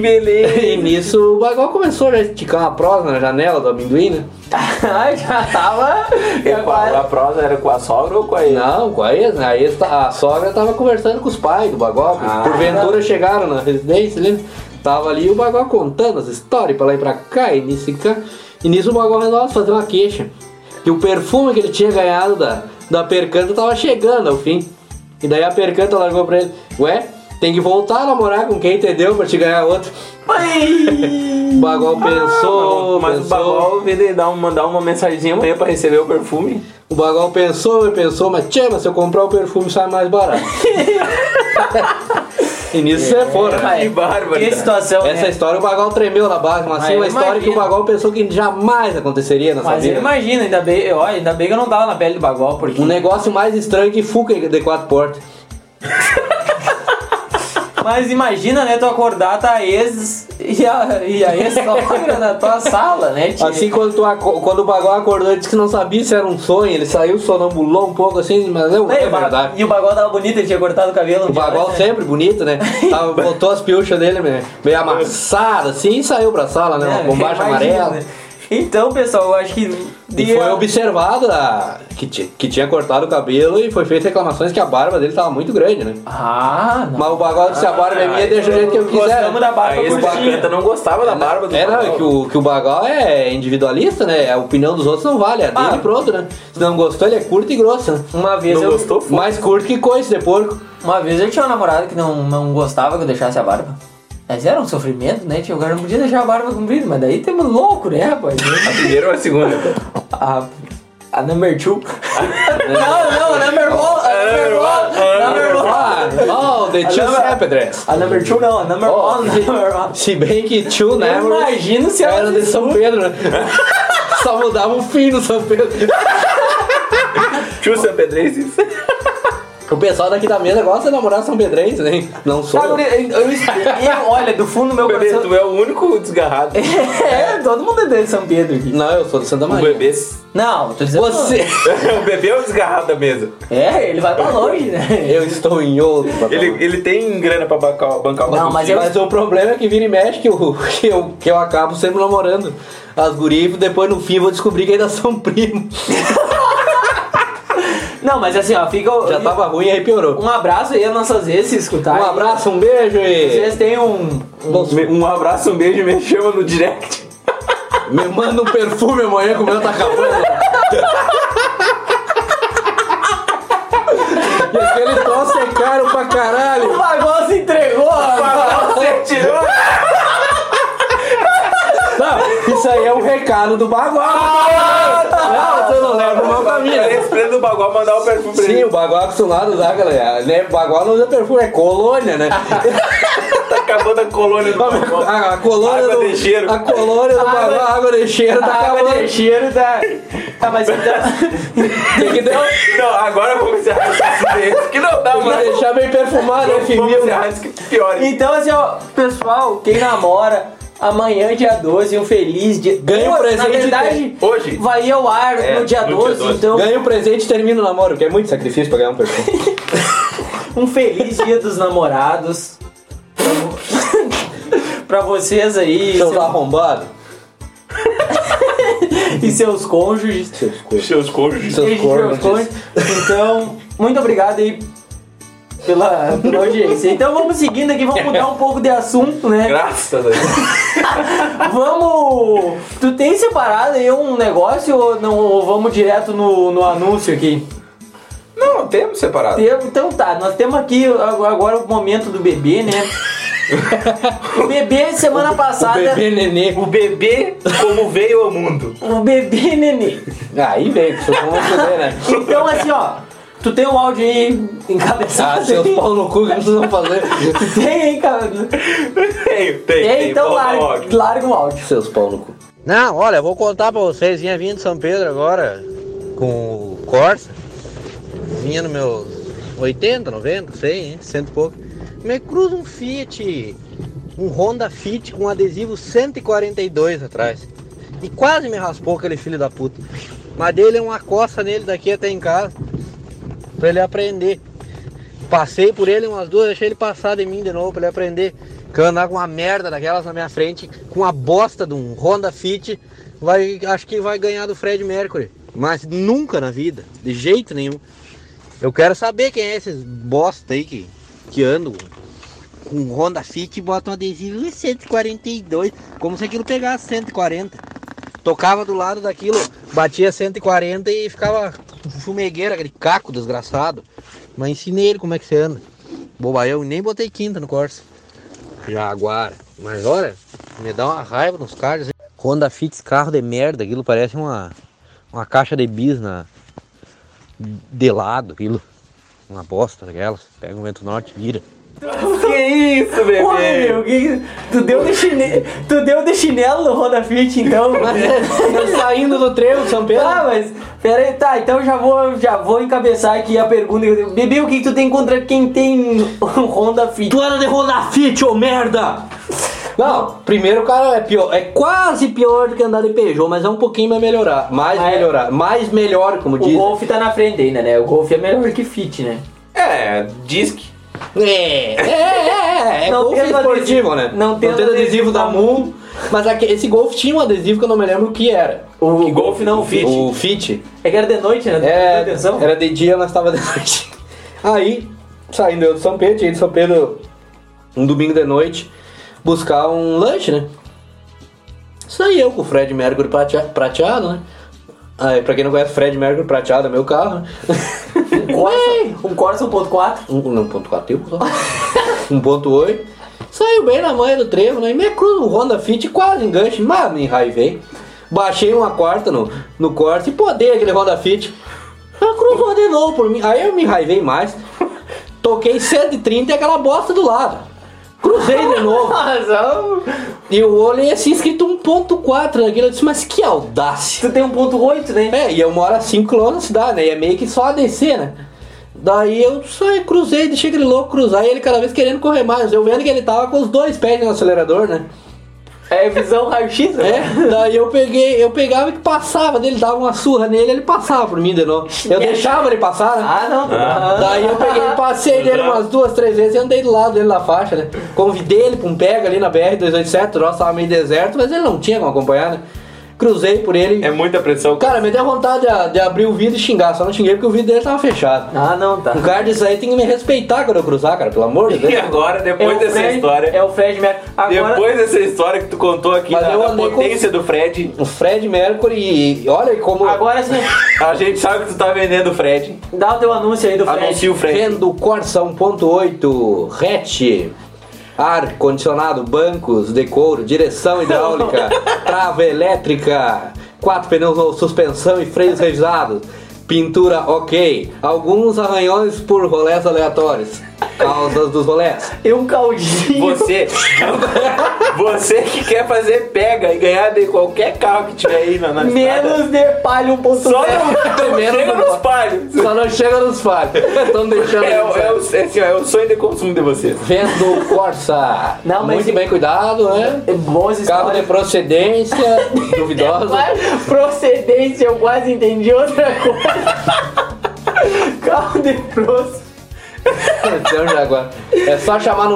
[SPEAKER 3] *laughs*
[SPEAKER 4] beleza.
[SPEAKER 3] E nisso o Bagual começou já a esticar uma prosa na janela do amendoim, né?
[SPEAKER 2] Ai, já tava.
[SPEAKER 4] E com a, a
[SPEAKER 2] Agora,
[SPEAKER 4] prosa era com a sogra ou com a ex?
[SPEAKER 3] Não, com a ex, né? a, ex ta- a sogra tava conversando com os pais do Bagual. que
[SPEAKER 4] Ah.
[SPEAKER 3] porventura chegaram na residência, lembra? Tava ali o Bagual contando as histórias pra lá e pra cá, e nisso, e cá. E nisso o Bagual resolve fazer uma queixa. Que o perfume que ele tinha ganhado da, da percanta tava chegando ao fim. E daí a percanta largou pra ele, ué, tem que voltar a namorar com quem entendeu pra te ganhar outro. O Bagual pensou,
[SPEAKER 4] mas o
[SPEAKER 3] pensou.
[SPEAKER 4] Bagual veio dar um, mandar uma mensagenzinha amanhã pra receber o perfume.
[SPEAKER 3] O Bagual pensou e pensou, mas tchê, mas se eu comprar o perfume sai
[SPEAKER 2] *laughs*
[SPEAKER 3] mais barato. e nisso você é fora.
[SPEAKER 2] Ai,
[SPEAKER 4] Que bárbaro.
[SPEAKER 2] Que situação.
[SPEAKER 3] Essa
[SPEAKER 2] né?
[SPEAKER 3] história o Bagual tremeu na base, mas
[SPEAKER 2] Mas
[SPEAKER 3] assim, uma
[SPEAKER 2] eu
[SPEAKER 3] história que o
[SPEAKER 2] imagino.
[SPEAKER 3] Bagual pensou que jamais aconteceria nessa
[SPEAKER 2] Mas eu
[SPEAKER 3] vida.
[SPEAKER 2] imagino, ainda bem, ó, ainda bem que eu não tava na pele do Bagual, porque.
[SPEAKER 3] Um negócio mais estranho que Fuca de quatro portas.
[SPEAKER 2] Mas imagina, né, tu acordar, tá a ex e a, e a ex-sogra *laughs* na tua sala, né? tia?
[SPEAKER 3] Assim, quando, tu aco- quando o Bagual acordou, ele disse que não sabia se era um sonho, ele saiu, sonambulou um pouco assim, mas não
[SPEAKER 2] Ei,
[SPEAKER 3] é
[SPEAKER 2] o Ba-
[SPEAKER 3] verdade.
[SPEAKER 2] E o Bagual tava bonito, ele tinha cortado o cabelo. um
[SPEAKER 3] O
[SPEAKER 2] dia
[SPEAKER 3] Bagual
[SPEAKER 2] antes, né?
[SPEAKER 3] sempre bonito, né? Tava, botou as piuchas dele meio,
[SPEAKER 2] *laughs*
[SPEAKER 3] meio amassadas assim e saiu pra sala, né? Uma
[SPEAKER 2] É,
[SPEAKER 3] bombacha
[SPEAKER 2] imagina,
[SPEAKER 3] amarela.
[SPEAKER 2] né? Então, pessoal, eu acho que.
[SPEAKER 3] E foi observado a- que, ti- que tinha cortado o cabelo e foi feito reclamações que a barba dele tava muito grande, né?
[SPEAKER 2] Ah, não.
[SPEAKER 3] Mas o bagulho disse a barba é minha, deixa o jeito que eu quiser.
[SPEAKER 2] Gostamos da barba
[SPEAKER 4] A ex
[SPEAKER 2] curtinha.
[SPEAKER 4] bacana não gostava da barba do
[SPEAKER 3] É, não, é
[SPEAKER 4] Bagual.
[SPEAKER 3] que o, que o bagulho é individualista, né? A opinião dos outros não vale, é dele
[SPEAKER 2] Ah.
[SPEAKER 3] e pronto, né? Se não gostou, ele é curto e grosso, né?
[SPEAKER 2] Uma vez,
[SPEAKER 4] Não
[SPEAKER 2] eu,
[SPEAKER 4] gostou? Foda.
[SPEAKER 3] Mais curto que coice de porco.
[SPEAKER 2] uma vez eu tinha uma namorada que não, não gostava que eu deixasse a barba. Mas era um sofrimento, né? Tinha o cara não podia deixar a barba comprida, mas daí temos louco, né, rapaz?
[SPEAKER 4] A primeira ou a segunda?
[SPEAKER 2] A, a number two. *laughs* não, não, a number one. A number one. A number
[SPEAKER 3] *laughs* Ah,
[SPEAKER 2] one.
[SPEAKER 3] oh, the two
[SPEAKER 2] Alô,
[SPEAKER 3] stepedres.
[SPEAKER 2] A number two não, a number
[SPEAKER 3] Oh.
[SPEAKER 2] one. a Number
[SPEAKER 3] *laughs*
[SPEAKER 2] one.
[SPEAKER 3] Se bem que two, né?
[SPEAKER 2] Eu imagino se ela um.
[SPEAKER 3] Era de São Pedro, né? *laughs* Só mudava o fim do São Pedro.
[SPEAKER 4] Chussa Pedrenses.
[SPEAKER 3] O pessoal daqui da mesa gosta de namorar São Pedrense, né? Não sou.
[SPEAKER 2] Sabe,
[SPEAKER 3] eu.
[SPEAKER 2] eu, eu, eu- olha, do fundo do meu
[SPEAKER 4] Bebê,
[SPEAKER 2] coração.
[SPEAKER 4] tu é o único desgarrado.
[SPEAKER 2] *laughs* É, todo mundo é de São Pedro aqui.
[SPEAKER 3] Não, eu sou de Santa
[SPEAKER 4] O
[SPEAKER 3] Maria.
[SPEAKER 4] bebê.
[SPEAKER 2] Não, tô dizendo.
[SPEAKER 3] Um Você.
[SPEAKER 4] *laughs* o bebê é o desgarrado da mesa.
[SPEAKER 2] É, ele vai pra longe,
[SPEAKER 3] *laughs*
[SPEAKER 2] né?
[SPEAKER 3] Eu estou em outro. patamar.
[SPEAKER 4] Ele, ele tem grana pra bancar, bancar uma
[SPEAKER 2] Não, mas eu-
[SPEAKER 3] Mas o problema é que vira e mexe que eu, que eu, que eu acabo sempre namorando as gurias e depois no fim eu vou descobrir que ainda são primos.
[SPEAKER 2] Não, mas assim, ó, fica. o-
[SPEAKER 3] Já tava ruim, aí piorou.
[SPEAKER 2] Um abraço aí às nossas vezes se escutar.
[SPEAKER 3] Um abraço, um beijo
[SPEAKER 2] Vocês
[SPEAKER 3] e.
[SPEAKER 2] têm um.
[SPEAKER 3] Bom,
[SPEAKER 4] Me- Um abraço, um beijo, me chama no direct.
[SPEAKER 3] me manda um perfume amanhã que o meu tá acabando. *laughs* E aquele troço é caro pra
[SPEAKER 2] O
[SPEAKER 3] caralho.
[SPEAKER 2] Bagó se entregou!
[SPEAKER 4] Você tirou?
[SPEAKER 3] Não, isso aí é um recado do bagual. Não, você não *laughs* leva o meu caminho.
[SPEAKER 4] Ele esperando do Bagual mandar o perfume pra
[SPEAKER 3] Sim,
[SPEAKER 4] ele.
[SPEAKER 3] o Bagual é acostumado a usar, galera. Né, O Bagual não usa perfume, é colônia, né?
[SPEAKER 4] Tá acabando a colônia do Bagual.
[SPEAKER 3] A, a colônia
[SPEAKER 4] Água
[SPEAKER 3] do.
[SPEAKER 4] de cheiro.
[SPEAKER 3] A colônia do Bagual, a água de cheiro tá
[SPEAKER 2] Ah,
[SPEAKER 3] acabando.
[SPEAKER 2] mas o cheiro da. Ah, *laughs* mas então.
[SPEAKER 3] Tem que, de- tem
[SPEAKER 4] Não, agora eu vou encerrar esse acidente, que não dá
[SPEAKER 3] que
[SPEAKER 4] mais.
[SPEAKER 3] deixar bem perfumado, né,
[SPEAKER 4] Vamos
[SPEAKER 3] firminho?
[SPEAKER 4] encerrar antes que piore.
[SPEAKER 2] Então, assim, ó, pessoal, quem namora, Amanhã, dia 12, um feliz dia.
[SPEAKER 3] Ganha um
[SPEAKER 2] Pô,
[SPEAKER 3] presente
[SPEAKER 2] Na verdade,
[SPEAKER 4] hoje.
[SPEAKER 2] vai ir ao ar
[SPEAKER 4] É,
[SPEAKER 2] no dia
[SPEAKER 4] no dia
[SPEAKER 2] 12,
[SPEAKER 4] 12.
[SPEAKER 2] então
[SPEAKER 3] Ganha um presente e termina o namoro, que é muito sacrifício pra ganhar um *laughs* presente.
[SPEAKER 2] um feliz dia dos namorados. Pra vo- Pra vocês aí
[SPEAKER 3] Seus
[SPEAKER 2] seu-
[SPEAKER 3] arrombados.
[SPEAKER 2] e seus cônjuges.
[SPEAKER 3] Seus coisas.
[SPEAKER 4] Seus cônjuges.
[SPEAKER 3] Seus
[SPEAKER 2] Beijo,
[SPEAKER 3] cornos.
[SPEAKER 2] seus cônjuges. Então, muito obrigado aí pela, pela audiência. Então vamos seguindo aqui, vamos mudar um pouco de assunto, né?
[SPEAKER 4] Graças a Deus.
[SPEAKER 2] Vamos! Tu tem separado aí um negócio ou, não, ou vamos direto no, no anúncio aqui?
[SPEAKER 4] Não, temos separado.
[SPEAKER 2] Tem- Então tá, nós temos aqui ag- agora o momento do bebê, né? O bebê semana passada.
[SPEAKER 3] Bebê nenê.
[SPEAKER 4] O bebê como veio ao mundo.
[SPEAKER 2] O bebê nenê.
[SPEAKER 3] Aí vem, que vocês vão foder, né?
[SPEAKER 2] Então assim, ó, tu tem um áudio aí encabeçado.
[SPEAKER 3] Ah, seus pau no cu que vocês vão *laughs* fazer.
[SPEAKER 2] Tu tem aí, cara.
[SPEAKER 4] Tenho, tem,
[SPEAKER 2] Tem, então
[SPEAKER 4] Vamos
[SPEAKER 2] larga,
[SPEAKER 4] logo.
[SPEAKER 2] larga o áudio.
[SPEAKER 3] Seus pau no cu.
[SPEAKER 8] Não, olha, eu vou contar pra vocês. Vinha vindo de São Pedro agora com o Corsa. Vinha no meu 80, 90, não sei, hein? cento e pouco. Me cruza um Fiat, um Honda Fit com adesivo 142 atrás. E quase me raspou aquele filho da puta. Mas dele é uma coça nele daqui até em casa. Pra ele aprender. Passei por ele umas duas, deixei ele passar de mim de novo pra ele aprender. Que eu andar com uma merda daquelas na minha frente, com uma bosta de um Honda Fit, vai, acho que vai ganhar do Fred Mercury. Mas nunca na vida, de jeito nenhum. Eu quero saber quem é esses bosta aí que, que andam com um Honda Fit e botam adesivo em 142, como se aquilo pegasse 140. Tocava do lado daquilo, batia 140 e ficava fumegueira, aquele caco desgraçado. Mas ensinei ele como é que você anda. Bobaião, nem botei quinta no Corsa. Jaguar. Mas olha, me dá uma raiva nos carros. hein? Honda Fit, carro de merda, aquilo parece uma, uma caixa de bis na, de lado, aquilo. Uma bosta daquelas. Pega um vento norte, vira.
[SPEAKER 4] Que isso, bebê?
[SPEAKER 2] Porra, meu, que- tu, deu de chinelo, tu deu de chinelo no Roda Fit, *laughs* então.
[SPEAKER 3] Saindo do trevo, São Pedro.
[SPEAKER 2] Ah, mas pera aí, tá, então já vou, já vou encabeçar aqui a pergunta. Bebê, o que, que tu tem contra quem tem *laughs* Honda Fit?
[SPEAKER 3] Tu era de Honda Fit, ô merda! Não, primeiro, cara, é pior. É quase pior do que andar de Peugeot, mas é um pouquinho mais melhorar. Mais
[SPEAKER 2] Ah, é?
[SPEAKER 3] melhorar. Mais melhor, como
[SPEAKER 2] O
[SPEAKER 3] diz.
[SPEAKER 2] Golf tá na frente ainda, né? O Golf é melhor que Fit, né?
[SPEAKER 4] É, disque.
[SPEAKER 3] É, é, é, é.
[SPEAKER 2] Não
[SPEAKER 3] Não golfe
[SPEAKER 2] tem no
[SPEAKER 3] esportivo,
[SPEAKER 2] adesivo.
[SPEAKER 3] né?
[SPEAKER 2] Não tem no
[SPEAKER 3] adesivo,
[SPEAKER 2] adesivo
[SPEAKER 3] da
[SPEAKER 2] da
[SPEAKER 3] Moon. Mas aque- esse Golf tinha um adesivo que eu não me lembro o que era.
[SPEAKER 2] O Golf não, o Fit.
[SPEAKER 3] O Fit.
[SPEAKER 2] É que era de noite, né?
[SPEAKER 3] É,
[SPEAKER 2] Atenção.
[SPEAKER 3] era de dia, nós estava de noite. Aí, saindo eu de São Pedro, tinha ido de São Pedro um domingo de noite buscar um lanche, né? Saí eu com o Fred Mercury pratea- prateado, né? Aí, pra quem não conhece, Fred Mercury prateado é meu carro, né? É.
[SPEAKER 2] Um
[SPEAKER 3] *laughs*
[SPEAKER 2] Corsa, um Corsa 1.4.
[SPEAKER 3] Um, não, 1.4 tem um só. *laughs* 1.8. Saiu bem na manhã do trevo, né? E minha cruz no Honda Fit quase enganche, mas me enraivei. Baixei uma quarta no, no corte e podei aquele Honda Fit. A cruzou de novo por mim. Aí eu me enraivei mais. Toquei 130 e aquela bosta do lado. Cruzei de
[SPEAKER 2] *laughs*
[SPEAKER 3] novo. E eu olhei assim, escrito 1.4 naquilo. Eu disse, mas que audácia.
[SPEAKER 2] Tu tem 1.8,
[SPEAKER 3] *laughs*
[SPEAKER 2] né?
[SPEAKER 3] É, e eu moro a 5km da cidade, né? E é meio que só a descer, né? Daí eu só cruzei, deixei aquele louco cruzar e ele cada vez querendo correr mais. Eu vendo que ele tava com os dois pés no acelerador, né?
[SPEAKER 2] É visão raio-x, né?
[SPEAKER 3] É, daí eu peguei, eu pegava e passava dele, dava uma surra nele, ele passava por mim de novo. Eu deixava ele passar, né?
[SPEAKER 2] Ah, não. Ah.
[SPEAKER 3] Daí eu peguei, passei dele umas duas, três vezes e andei do lado dele na faixa, né? Convidei ele pra um pega ali na BR-287, o nosso tava meio deserto, mas ele não tinha como acompanhar, né? Cruzei por ele.
[SPEAKER 4] É muita pressão.
[SPEAKER 3] Cara, me deu vontade de, de abrir o vidro e xingar, só não xinguei porque o vidro dele tava fechado.
[SPEAKER 2] Ah, não, tá.
[SPEAKER 3] Um cara disso aí tem que me respeitar quando eu cruzar, cara, pelo amor de
[SPEAKER 4] E
[SPEAKER 3] Deus.
[SPEAKER 4] agora, depois
[SPEAKER 2] o
[SPEAKER 4] dessa
[SPEAKER 2] Fred-
[SPEAKER 4] história.
[SPEAKER 2] É o Fred Mercury. Agora,
[SPEAKER 4] Depois dessa história que tu contou aqui,
[SPEAKER 3] Mas
[SPEAKER 4] da,
[SPEAKER 3] eu
[SPEAKER 4] da
[SPEAKER 3] andei com-
[SPEAKER 4] potência do Fred,
[SPEAKER 3] O Um Fred Mercury, e- e olha como
[SPEAKER 2] agora sim,
[SPEAKER 4] a gente sabe que tu tá vendendo o Fred.
[SPEAKER 2] dá o teu anúncio aí do Fred.
[SPEAKER 4] Anuncia o Fred.
[SPEAKER 3] vendo Corsa 1.8, hatch, ar condicionado, bancos de couro,
[SPEAKER 2] *laughs*
[SPEAKER 3] direção hidráulica, trava elétrica, quatro pneus novos, suspensão e freios revisados. Pintura ok, alguns arranhões por rolés aleatórios. Causas dos rolés.
[SPEAKER 2] E um caldinho.
[SPEAKER 4] Você, *laughs* você que quer fazer pega e ganhar de qualquer carro que tiver aí na, na estrada,
[SPEAKER 2] Menos de um palho 1.0.
[SPEAKER 4] Só não,
[SPEAKER 3] Menos
[SPEAKER 4] chega
[SPEAKER 3] no
[SPEAKER 4] nos
[SPEAKER 3] palio.
[SPEAKER 4] palhos.
[SPEAKER 3] Só não chega nos fatos.
[SPEAKER 2] Então
[SPEAKER 3] Estão deixando.
[SPEAKER 8] um.
[SPEAKER 4] É, o- é o- é assim, ó, é o sonho de consumo de vocês.
[SPEAKER 3] Vendo Corsa.
[SPEAKER 2] Não, mas
[SPEAKER 3] Muito
[SPEAKER 2] e-
[SPEAKER 3] bem cuidado, né?
[SPEAKER 2] Bons
[SPEAKER 3] Carro de
[SPEAKER 2] É histórias.
[SPEAKER 3] procedência
[SPEAKER 2] *laughs*
[SPEAKER 3] duvidosa.
[SPEAKER 2] Mas procedência, eu quase entendi outra coisa. *laughs* Carro de procedência.
[SPEAKER 3] Então, Jaguar, É só chamar no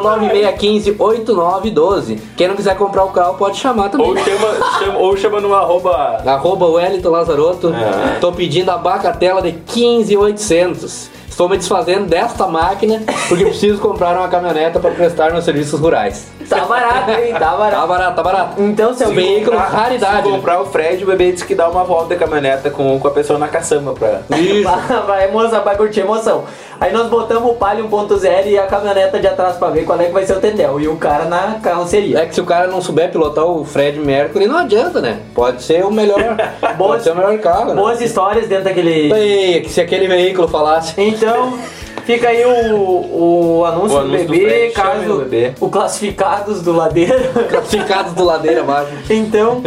[SPEAKER 3] 9615-8912. Quem não quiser comprar o carro pode chamar também.
[SPEAKER 4] Ou chama, chama- ou chama no arroba.
[SPEAKER 3] Arroba Wellington Lazaroto.
[SPEAKER 4] É.
[SPEAKER 3] Tô pedindo a bacatela de 15,800. Estou me desfazendo desta máquina porque preciso comprar uma caminhoneta para prestar meus serviços rurais.
[SPEAKER 2] Tá barato, hein? Tá
[SPEAKER 3] Tá
[SPEAKER 2] barato.
[SPEAKER 3] barato, tá barato.
[SPEAKER 2] Então, se
[SPEAKER 3] Esse
[SPEAKER 2] alguém.
[SPEAKER 3] veículo, raridade.
[SPEAKER 4] Hum. Ah, Se
[SPEAKER 3] né?
[SPEAKER 4] comprar o Fred, o bebê disse que dá uma volta de caminhoneta com, com a pessoa na caçamba pra.
[SPEAKER 3] Isso.
[SPEAKER 2] Vai, vai, moça, vai curtir emoção. Aí nós botamos o Palio 1.0 e a caminhoneta de atrás pra ver qual é que vai ser o Tendel. E o cara na carroceria.
[SPEAKER 3] É que se o cara não souber pilotar o Fred Mercury, não adianta, né? Pode ser o melhor.
[SPEAKER 2] Boas-
[SPEAKER 3] pode ser o melhor carro, né?
[SPEAKER 2] Boas histórias dentro daquele.
[SPEAKER 3] Ei, que se aquele veículo falasse. *laughs*
[SPEAKER 2] Então, fica aí o, o anúncio,
[SPEAKER 4] O anúncio
[SPEAKER 2] do
[SPEAKER 4] do
[SPEAKER 2] bebê,
[SPEAKER 4] Fred, chame
[SPEAKER 2] caso
[SPEAKER 4] o bebê.
[SPEAKER 2] o classificados do ladeiro. *laughs*
[SPEAKER 3] Classificados do ladeira abaixo.
[SPEAKER 2] Então,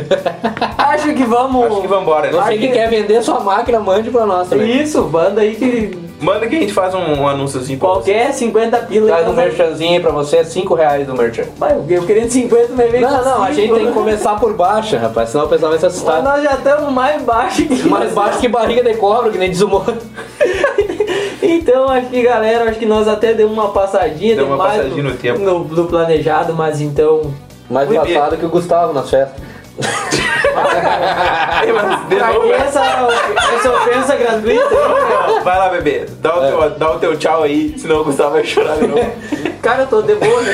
[SPEAKER 2] acho que vamos.
[SPEAKER 4] Acho que vambora.
[SPEAKER 3] Você
[SPEAKER 4] Né?
[SPEAKER 3] que quer vender sua máquina, mande pra nós também.
[SPEAKER 2] Isso, banda aí que
[SPEAKER 4] Manda que a gente faz um, um anúnciozinho pra vocês.
[SPEAKER 2] qualquer 50 pila.
[SPEAKER 3] Traz um
[SPEAKER 2] nós-
[SPEAKER 3] merchanzinho aí pra você, é 5 reais do merchan.
[SPEAKER 2] Vai, eu querendo 50 bebê.
[SPEAKER 3] Não, não, a gente tem que começar por baixa, rapaz, senão o pessoal vai se
[SPEAKER 2] Mas
[SPEAKER 3] assustar.
[SPEAKER 2] nós já estamos mais baixo que
[SPEAKER 3] Mais baixo que barriga de cobra, que nem diz o Moro.
[SPEAKER 2] *laughs* Então, acho que galera, acho que nós até demos uma passadinha,
[SPEAKER 4] Deu
[SPEAKER 2] tem
[SPEAKER 4] uma
[SPEAKER 2] mais
[SPEAKER 4] passadinha
[SPEAKER 2] do-
[SPEAKER 4] no tempo.
[SPEAKER 2] no- do planejado, mas então.
[SPEAKER 3] Mais
[SPEAKER 4] Muito
[SPEAKER 3] engraçado que o Gustavo nas festas.
[SPEAKER 4] Ai, mas de
[SPEAKER 2] Pra
[SPEAKER 4] novo,
[SPEAKER 2] que essa, essa ofensa gratuita?
[SPEAKER 4] não. Vai lá, bebê. Dá o, teu, dá o teu tchau aí, senão o Gustavo vai chorar de novo.
[SPEAKER 2] Cara, eu tô de boa, né?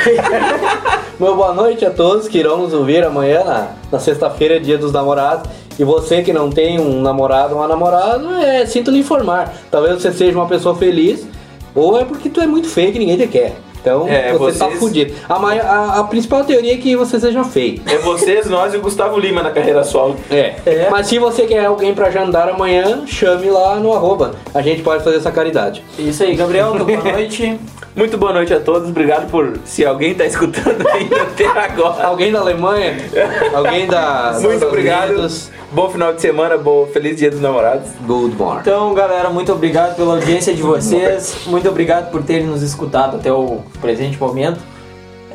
[SPEAKER 3] Meu boa noite a todos que irão nos ouvir amanhã, na, na sexta-feira, dia dos namorados. E você que não tem um namorado ou uma namorada, é, sinto lhe informar. Talvez você seja uma pessoa feliz, ou é porque tu é muito feio que ninguém te quer. Então
[SPEAKER 4] É,
[SPEAKER 3] você tá
[SPEAKER 4] vocês-
[SPEAKER 3] fudido. A, mai- a- a principal teoria é que você seja feio.
[SPEAKER 4] É vocês, nós e o Gustavo Lima na carreira solo.
[SPEAKER 3] É.
[SPEAKER 2] É.
[SPEAKER 3] Mas se você quer alguém pra jantar amanhã, chame lá no arroba. A gente pode fazer essa caridade.
[SPEAKER 2] *laughs* Isso aí, Gabriel, então, *laughs* boa noite.
[SPEAKER 4] Muito boa noite a todos. Obrigado por. Se alguém tá escutando *laughs* ainda até agora.
[SPEAKER 3] Alguém da Alemanha? alguém da. dos
[SPEAKER 4] Muito
[SPEAKER 3] Estados
[SPEAKER 4] obrigado.
[SPEAKER 3] Unidos?
[SPEAKER 4] Bom final de semana, bom, feliz dia dos namorados.
[SPEAKER 3] Goldmore.
[SPEAKER 2] Então, galera, muito obrigado pela audiência de vocês. Muito obrigado por terem nos escutado até o presente momento.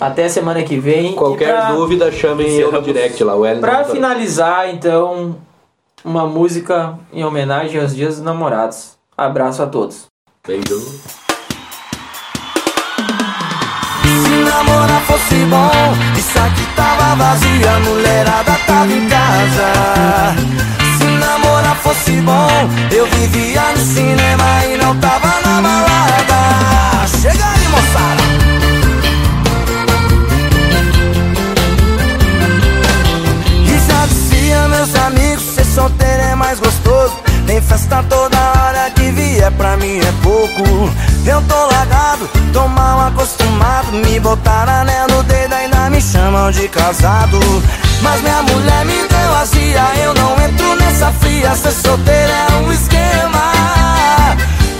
[SPEAKER 2] Até semana que vem.
[SPEAKER 3] Qualquer
[SPEAKER 2] E pra-
[SPEAKER 3] dúvida, chamem eu no
[SPEAKER 4] Encerramos.
[SPEAKER 3] direct lá, o Wellington.
[SPEAKER 2] Pra
[SPEAKER 3] Lazaroto.
[SPEAKER 2] finalizar, então, uma música em homenagem aos Dias dos Namorados. Abraço a todos.
[SPEAKER 3] Beijo.
[SPEAKER 1] Se namorar fosse bom, isso aqui tava vazio, a mulherada tava em casa. Se namorar fosse bom, eu vivia no cinema e não tava na balada. Chega aí, moçada! E já dizia meus amigos, ser solteiro é mais gostoso Tem festa toda hora que vier pra mim é pouco Eu tô largado, tô mal acostumado Me botaram anel no dedo, ainda me chamam de casado Mas minha mulher me deu azia, eu não entro nessa fria Ser solteiro é um esquema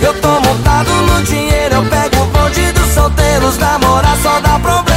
[SPEAKER 1] Eu tô montado no dinheiro, eu pego o bonde dos solteiros Namorar só dá problema